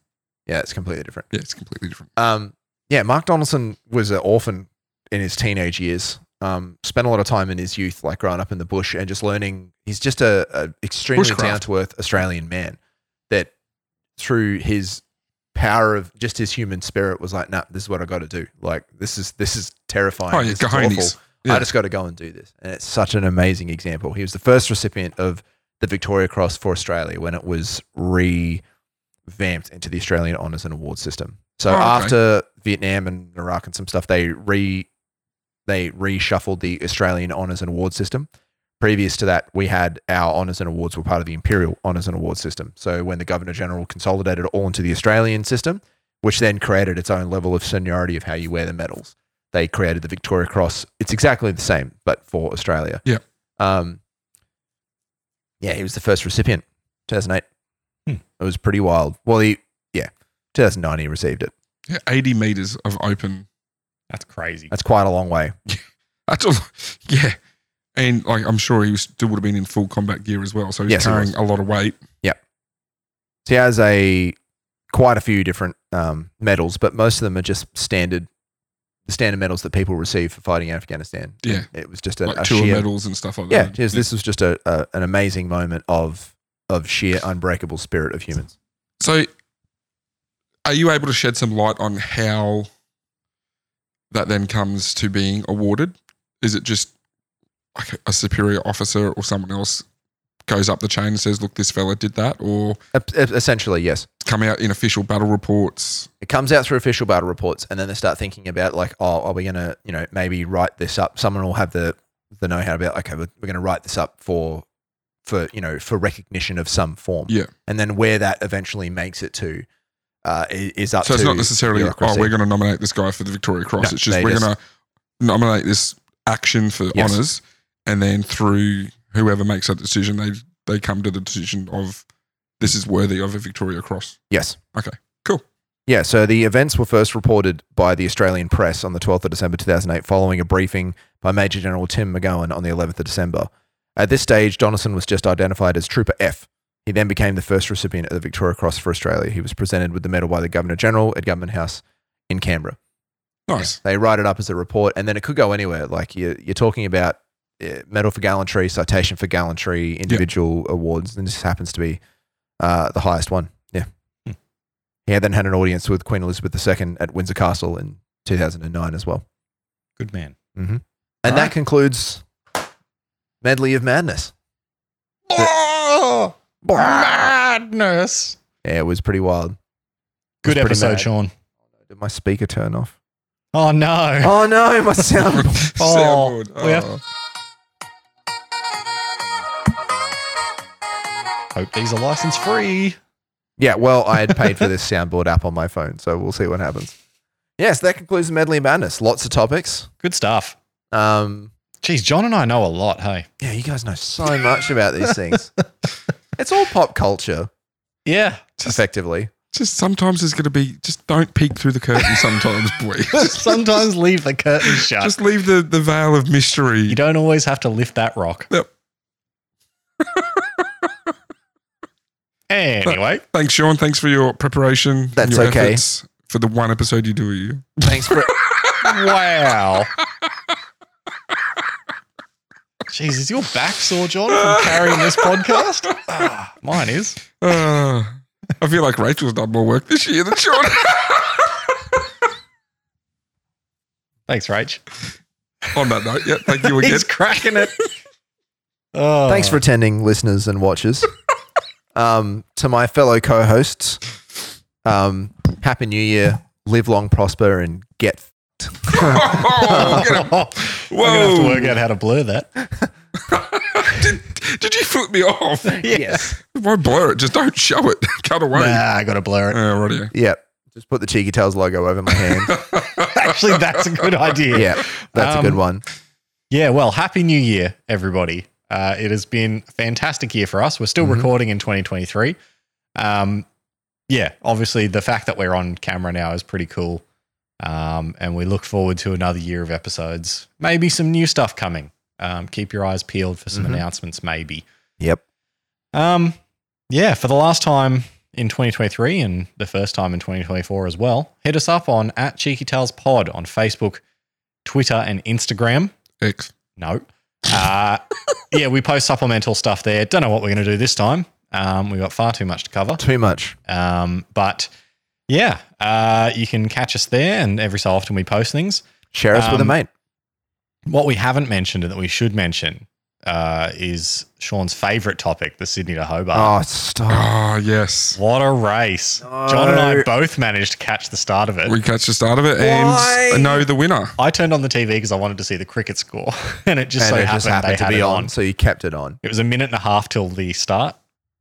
Speaker 1: yeah, it's completely different.
Speaker 3: Yeah, it's completely different.
Speaker 1: Um, yeah, Mark Donaldson was an orphan in his teenage years. Um, spent a lot of time in his youth, like growing up in the bush and just learning. He's just a, a extremely
Speaker 3: Bushcraft.
Speaker 1: down to earth Australian man that through his power of just his human spirit was like, nah, this is what I got to do. Like this is this is terrifying.
Speaker 3: Oh, yeah,
Speaker 1: This is
Speaker 3: cojones.
Speaker 1: awful. I
Speaker 3: Yeah.
Speaker 1: just got to go and do this. And it's such an amazing example. He was the first recipient of the Victoria Cross for Australia when it was revamped into the Australian Honours and Awards system. So
Speaker 3: Oh, okay.
Speaker 1: after Vietnam and Iraq and some stuff, they re they reshuffled the Australian Honours and Awards system. Previous to that, we had our honours and awards were part of the Imperial Honours and Awards system. So when the Governor General consolidated it all into the Australian system, which then created its own level of seniority of how you wear the medals, they created the Victoria Cross. It's exactly the same, but for Australia.
Speaker 3: Yeah.
Speaker 1: Um, yeah, he was the first recipient, 2008.
Speaker 2: Hmm.
Speaker 1: It was pretty wild. Well, he, yeah, 2009 he received it.
Speaker 3: Yeah, 80 meters of open.
Speaker 2: That's crazy.
Speaker 1: That's quite a long way.
Speaker 3: That's all. Yeah. And like, I'm sure he was, still would have been in full combat gear as well. So he's
Speaker 1: Yes, he
Speaker 3: carrying
Speaker 1: was.
Speaker 3: a lot of weight.
Speaker 1: So he has a quite a few different um, medals, but most of them are just standard, the standard medals that people receive for fighting in Afghanistan.
Speaker 3: Yeah.
Speaker 1: It was just a,
Speaker 3: Like
Speaker 1: a
Speaker 3: tour
Speaker 1: sheer
Speaker 3: medals and stuff like
Speaker 1: yeah,
Speaker 3: that.
Speaker 1: yes, this was just a, a an amazing moment of of sheer unbreakable spirit of humans.
Speaker 3: So, are you able to shed some light on how that then comes to being awarded? Is it just like a- a superior officer or someone else goes up the chain and says, "Look, this fella did that," or
Speaker 1: E- e- Essentially, yes,
Speaker 3: it's come out in official battle reports?
Speaker 1: it comes out through official battle reports, and then they start thinking about like, oh, are we gonna, you know, maybe write this up? Someone will have the the know how about okay, we're, we're gonna write this up for for you know for recognition of some form.
Speaker 3: Yeah.
Speaker 1: and then where that eventually makes it to uh, i- is up.
Speaker 3: So it's
Speaker 1: to
Speaker 3: not necessarily like, "Oh,
Speaker 1: bureaucracy.
Speaker 3: we're going to nominate this guy for the Victoria Cross."
Speaker 1: No,
Speaker 3: it's just
Speaker 1: they
Speaker 3: we're
Speaker 1: just-
Speaker 3: going to nominate this action for
Speaker 1: Yes.
Speaker 3: honors, and then through whoever makes that decision, they they come to the decision of this is worthy of a Victoria Cross.
Speaker 1: Yes.
Speaker 3: Okay, cool.
Speaker 1: Yeah, so the events were first reported by the Australian press on the 12th of December 2008 following a briefing by Major General Tim McGowan on the 11th of December. At this stage, Donaldson was just identified as Trooper F. He then became the first recipient of the Victoria Cross for Australia. He was presented with the medal by the Governor General at Government House in Canberra.
Speaker 3: Nice.
Speaker 1: They write it up as a report, and then it could go anywhere. Like you're, you're talking about uh, medal for gallantry, citation for gallantry, individual awards, and this happens to be uh, the highest one. Yeah.
Speaker 2: Hmm.
Speaker 1: He then had an audience with Queen Elizabeth II at Windsor Castle in 2009 as well.
Speaker 2: Good man.
Speaker 1: And
Speaker 2: All
Speaker 1: that
Speaker 2: right.
Speaker 1: concludes Medley of Madness.
Speaker 2: Oh, madness.
Speaker 1: Yeah, it was pretty wild. It was
Speaker 2: Good
Speaker 1: pretty
Speaker 2: episode,
Speaker 1: mad.
Speaker 2: Sean.
Speaker 1: Did my speaker turn off?
Speaker 2: Oh no.
Speaker 1: Oh no, my sound.
Speaker 2: Oh,
Speaker 3: Soundboard.
Speaker 2: we have-
Speaker 3: Oh.
Speaker 2: Hope these are license free.
Speaker 1: Yeah, well, I had paid for this soundboard app on my phone, so we'll see what happens. Yes, that concludes the medley of madness. Lots of topics.
Speaker 2: Good stuff.
Speaker 1: Um,
Speaker 2: Geez, John and I know a lot. Hey.
Speaker 1: yeah, you guys know so much about these things. It's all pop culture,
Speaker 2: Yeah.
Speaker 3: Just-
Speaker 1: effectively.
Speaker 3: Just sometimes there's going to be, just don't peek through the curtain sometimes, boy. Just,
Speaker 2: Sometimes leave the curtain shut.
Speaker 3: just leave the, the veil of mystery.
Speaker 2: you don't always have to lift that rock.
Speaker 3: Yep.
Speaker 2: anyway,
Speaker 3: Thanks, Sean. Thanks for your preparation. and
Speaker 1: That's
Speaker 3: your
Speaker 1: okay.
Speaker 3: efforts For the one episode you do, you.
Speaker 1: Thanks for
Speaker 2: wow. Jeez, is your back sore, John, from carrying this podcast? Ah, mine is.
Speaker 3: Uh, I feel like Rachel's done more work this year than Sean.
Speaker 2: Thanks, Rach.
Speaker 3: On that note, yeah, thank you again.
Speaker 2: He's cracking it. Oh.
Speaker 1: thanks for attending, listeners and watchers. Um, to my fellow co-hosts, um, happy New Year, live long, prosper, and get.
Speaker 3: Oh, get him.
Speaker 2: Whoa. I'm gonna have to work out how to blur that.
Speaker 3: did, did you flip me off?
Speaker 1: Yes.
Speaker 3: Why blur it? Just don't show it. Cut away.
Speaker 2: Nah, I gotta blur it.
Speaker 3: Uh, right here.
Speaker 1: Yep. Just put the cheeky tails logo over my hand.
Speaker 2: Actually, that's a good idea.
Speaker 1: Yeah, that's
Speaker 2: Um,
Speaker 1: a good one.
Speaker 2: Yeah, well, happy new year, everybody. Uh, it has been a fantastic year for us. We're still
Speaker 1: Mhm.
Speaker 2: recording in 2023. Um, yeah, obviously, the fact that we're on camera now is pretty cool. Um, and we look forward to another year of episodes. Maybe some new stuff coming. Um, keep your eyes peeled for some
Speaker 1: Mhm.
Speaker 2: announcements, maybe.
Speaker 1: Yep.
Speaker 2: Um, yeah, for the last time in 2023 and the first time in 2024 as well, hit us up on at Cheeky Tales Pod on Facebook, Twitter, and Instagram.
Speaker 3: X.
Speaker 2: No. Uh, yeah, we post supplemental stuff there. Don't know what we're going to do this time. Um, we've got far too much to cover.
Speaker 1: Too much.
Speaker 2: Um, but yeah, uh, you can catch us there, and every so often we post things.
Speaker 1: Share us with a
Speaker 2: Um,
Speaker 1: mate.
Speaker 2: What we haven't mentioned and that we should mention uh, is Sean's favorite topic, the Sydney to Hobart.
Speaker 1: Oh, stop.
Speaker 3: Ah, yes.
Speaker 2: What a race.
Speaker 1: No.
Speaker 2: John and I both managed to catch the start of it.
Speaker 3: We catch the start of it and
Speaker 1: Why?
Speaker 3: I know the winner.
Speaker 2: I turned on the TV because I wanted to see the cricket score, and it just
Speaker 1: and
Speaker 2: so
Speaker 1: it
Speaker 2: happened,
Speaker 1: just happened
Speaker 2: they
Speaker 1: to
Speaker 2: had
Speaker 1: be
Speaker 2: it
Speaker 1: on,
Speaker 2: on.
Speaker 1: so you kept it on.
Speaker 2: It was a minute and a half till the start.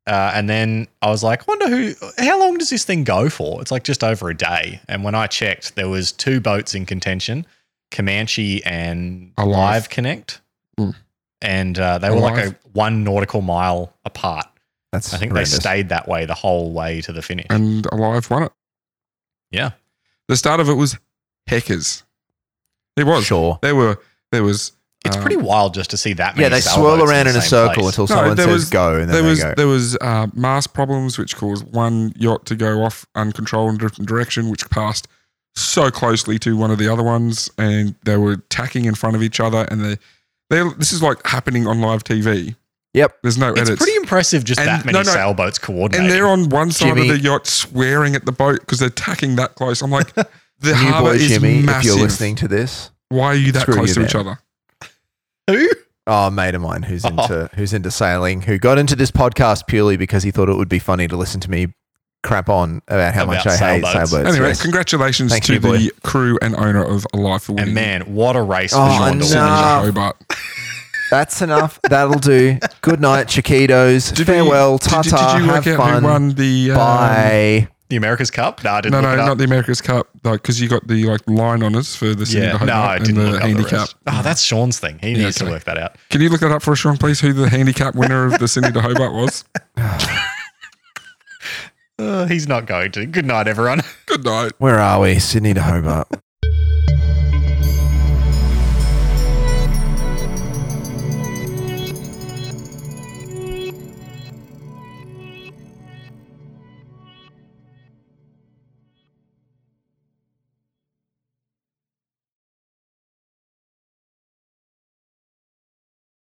Speaker 2: Uh, and then I was like, wonder who, how long does this thing go for? It's like just over a day. And when I checked, there was two boats in contention. Comanche and
Speaker 3: Alive.
Speaker 2: Live Connect,
Speaker 3: Mm.
Speaker 2: and uh, they were like
Speaker 3: Alive.
Speaker 2: a one nautical mile apart.
Speaker 1: That's
Speaker 2: I think
Speaker 1: horrendous.
Speaker 2: they stayed that way the whole way to the finish.
Speaker 3: and Alive won it.
Speaker 2: Yeah.
Speaker 3: The start of it was heckers. It was.
Speaker 1: Sure.
Speaker 3: There were. There was.
Speaker 2: It's
Speaker 3: um,
Speaker 2: pretty wild just to see that. Many
Speaker 1: Yeah, they swirl
Speaker 2: sailboats
Speaker 1: around
Speaker 2: the
Speaker 1: in a
Speaker 2: same
Speaker 1: circle
Speaker 2: place.
Speaker 1: until
Speaker 3: No,
Speaker 1: someone
Speaker 3: there
Speaker 1: says
Speaker 3: was-
Speaker 1: go, and then
Speaker 3: there
Speaker 1: they
Speaker 3: was
Speaker 1: go.
Speaker 3: there was uh, mass problems which caused one yacht to go off uncontrolled in a different direction, which passed so closely to one of the other ones, and they were tacking in front of each other, and they they this is like happening on live TV.
Speaker 1: Yep.
Speaker 3: There's no
Speaker 2: It's
Speaker 3: edits.
Speaker 2: pretty impressive just
Speaker 3: And-
Speaker 2: that many
Speaker 3: no, no.
Speaker 2: sailboats coordinating.
Speaker 3: and they're on one side
Speaker 1: Jimmy.
Speaker 3: of the yacht swearing at the boat because they're tacking that close. I'm like, the
Speaker 1: New
Speaker 3: harbour
Speaker 1: boy
Speaker 3: is
Speaker 1: Jimmy, if
Speaker 3: massive.
Speaker 1: you're listening to this,
Speaker 3: Why are you that
Speaker 1: Screw
Speaker 3: close
Speaker 1: you,
Speaker 3: to each
Speaker 1: man.
Speaker 3: other?
Speaker 2: Who?
Speaker 1: Oh, a mate of mine who's
Speaker 2: Oh.
Speaker 1: into who's into sailing, who got into this podcast purely because he thought it would be funny to listen to me crap on about how
Speaker 2: About
Speaker 1: much I hate
Speaker 2: sailboats.
Speaker 1: sailboats.
Speaker 3: Anyway,
Speaker 1: yes.
Speaker 3: congratulations
Speaker 1: Thank
Speaker 3: to
Speaker 1: you, boy.
Speaker 3: the crew and owner of Alive for Winning.
Speaker 2: And man, what a race for
Speaker 1: Oh,
Speaker 2: Sean
Speaker 1: no.
Speaker 2: Dawson.
Speaker 3: Hobart.
Speaker 1: that's enough. That'll do. Good night, chiquitos.
Speaker 3: Did
Speaker 1: Farewell.
Speaker 3: you-
Speaker 1: Ta
Speaker 3: did you-
Speaker 1: ta.
Speaker 3: Did you
Speaker 1: Have
Speaker 3: work out
Speaker 1: fun.
Speaker 3: who won the? um,
Speaker 1: Bye.
Speaker 2: The America's Cup? No, I didn't
Speaker 3: No,
Speaker 2: look
Speaker 3: no,
Speaker 2: it up.
Speaker 3: not the America's Cup, because you got the like line honors for the Sydney
Speaker 2: yeah,
Speaker 3: Hobart
Speaker 2: no, I
Speaker 3: and
Speaker 2: didn't
Speaker 3: the
Speaker 2: look up
Speaker 3: handicap.
Speaker 2: the rest. Oh, that's Sean's thing. He
Speaker 3: Yeah,
Speaker 2: needs
Speaker 3: okay.
Speaker 2: to work that out.
Speaker 3: Can you look that up for us, Sean, please? Who the handicap winner of the Sydney to Hobart was?
Speaker 2: Uh, he's not going to. Good night, everyone.
Speaker 3: Good night.
Speaker 1: Where are we? Sydney to Hobart.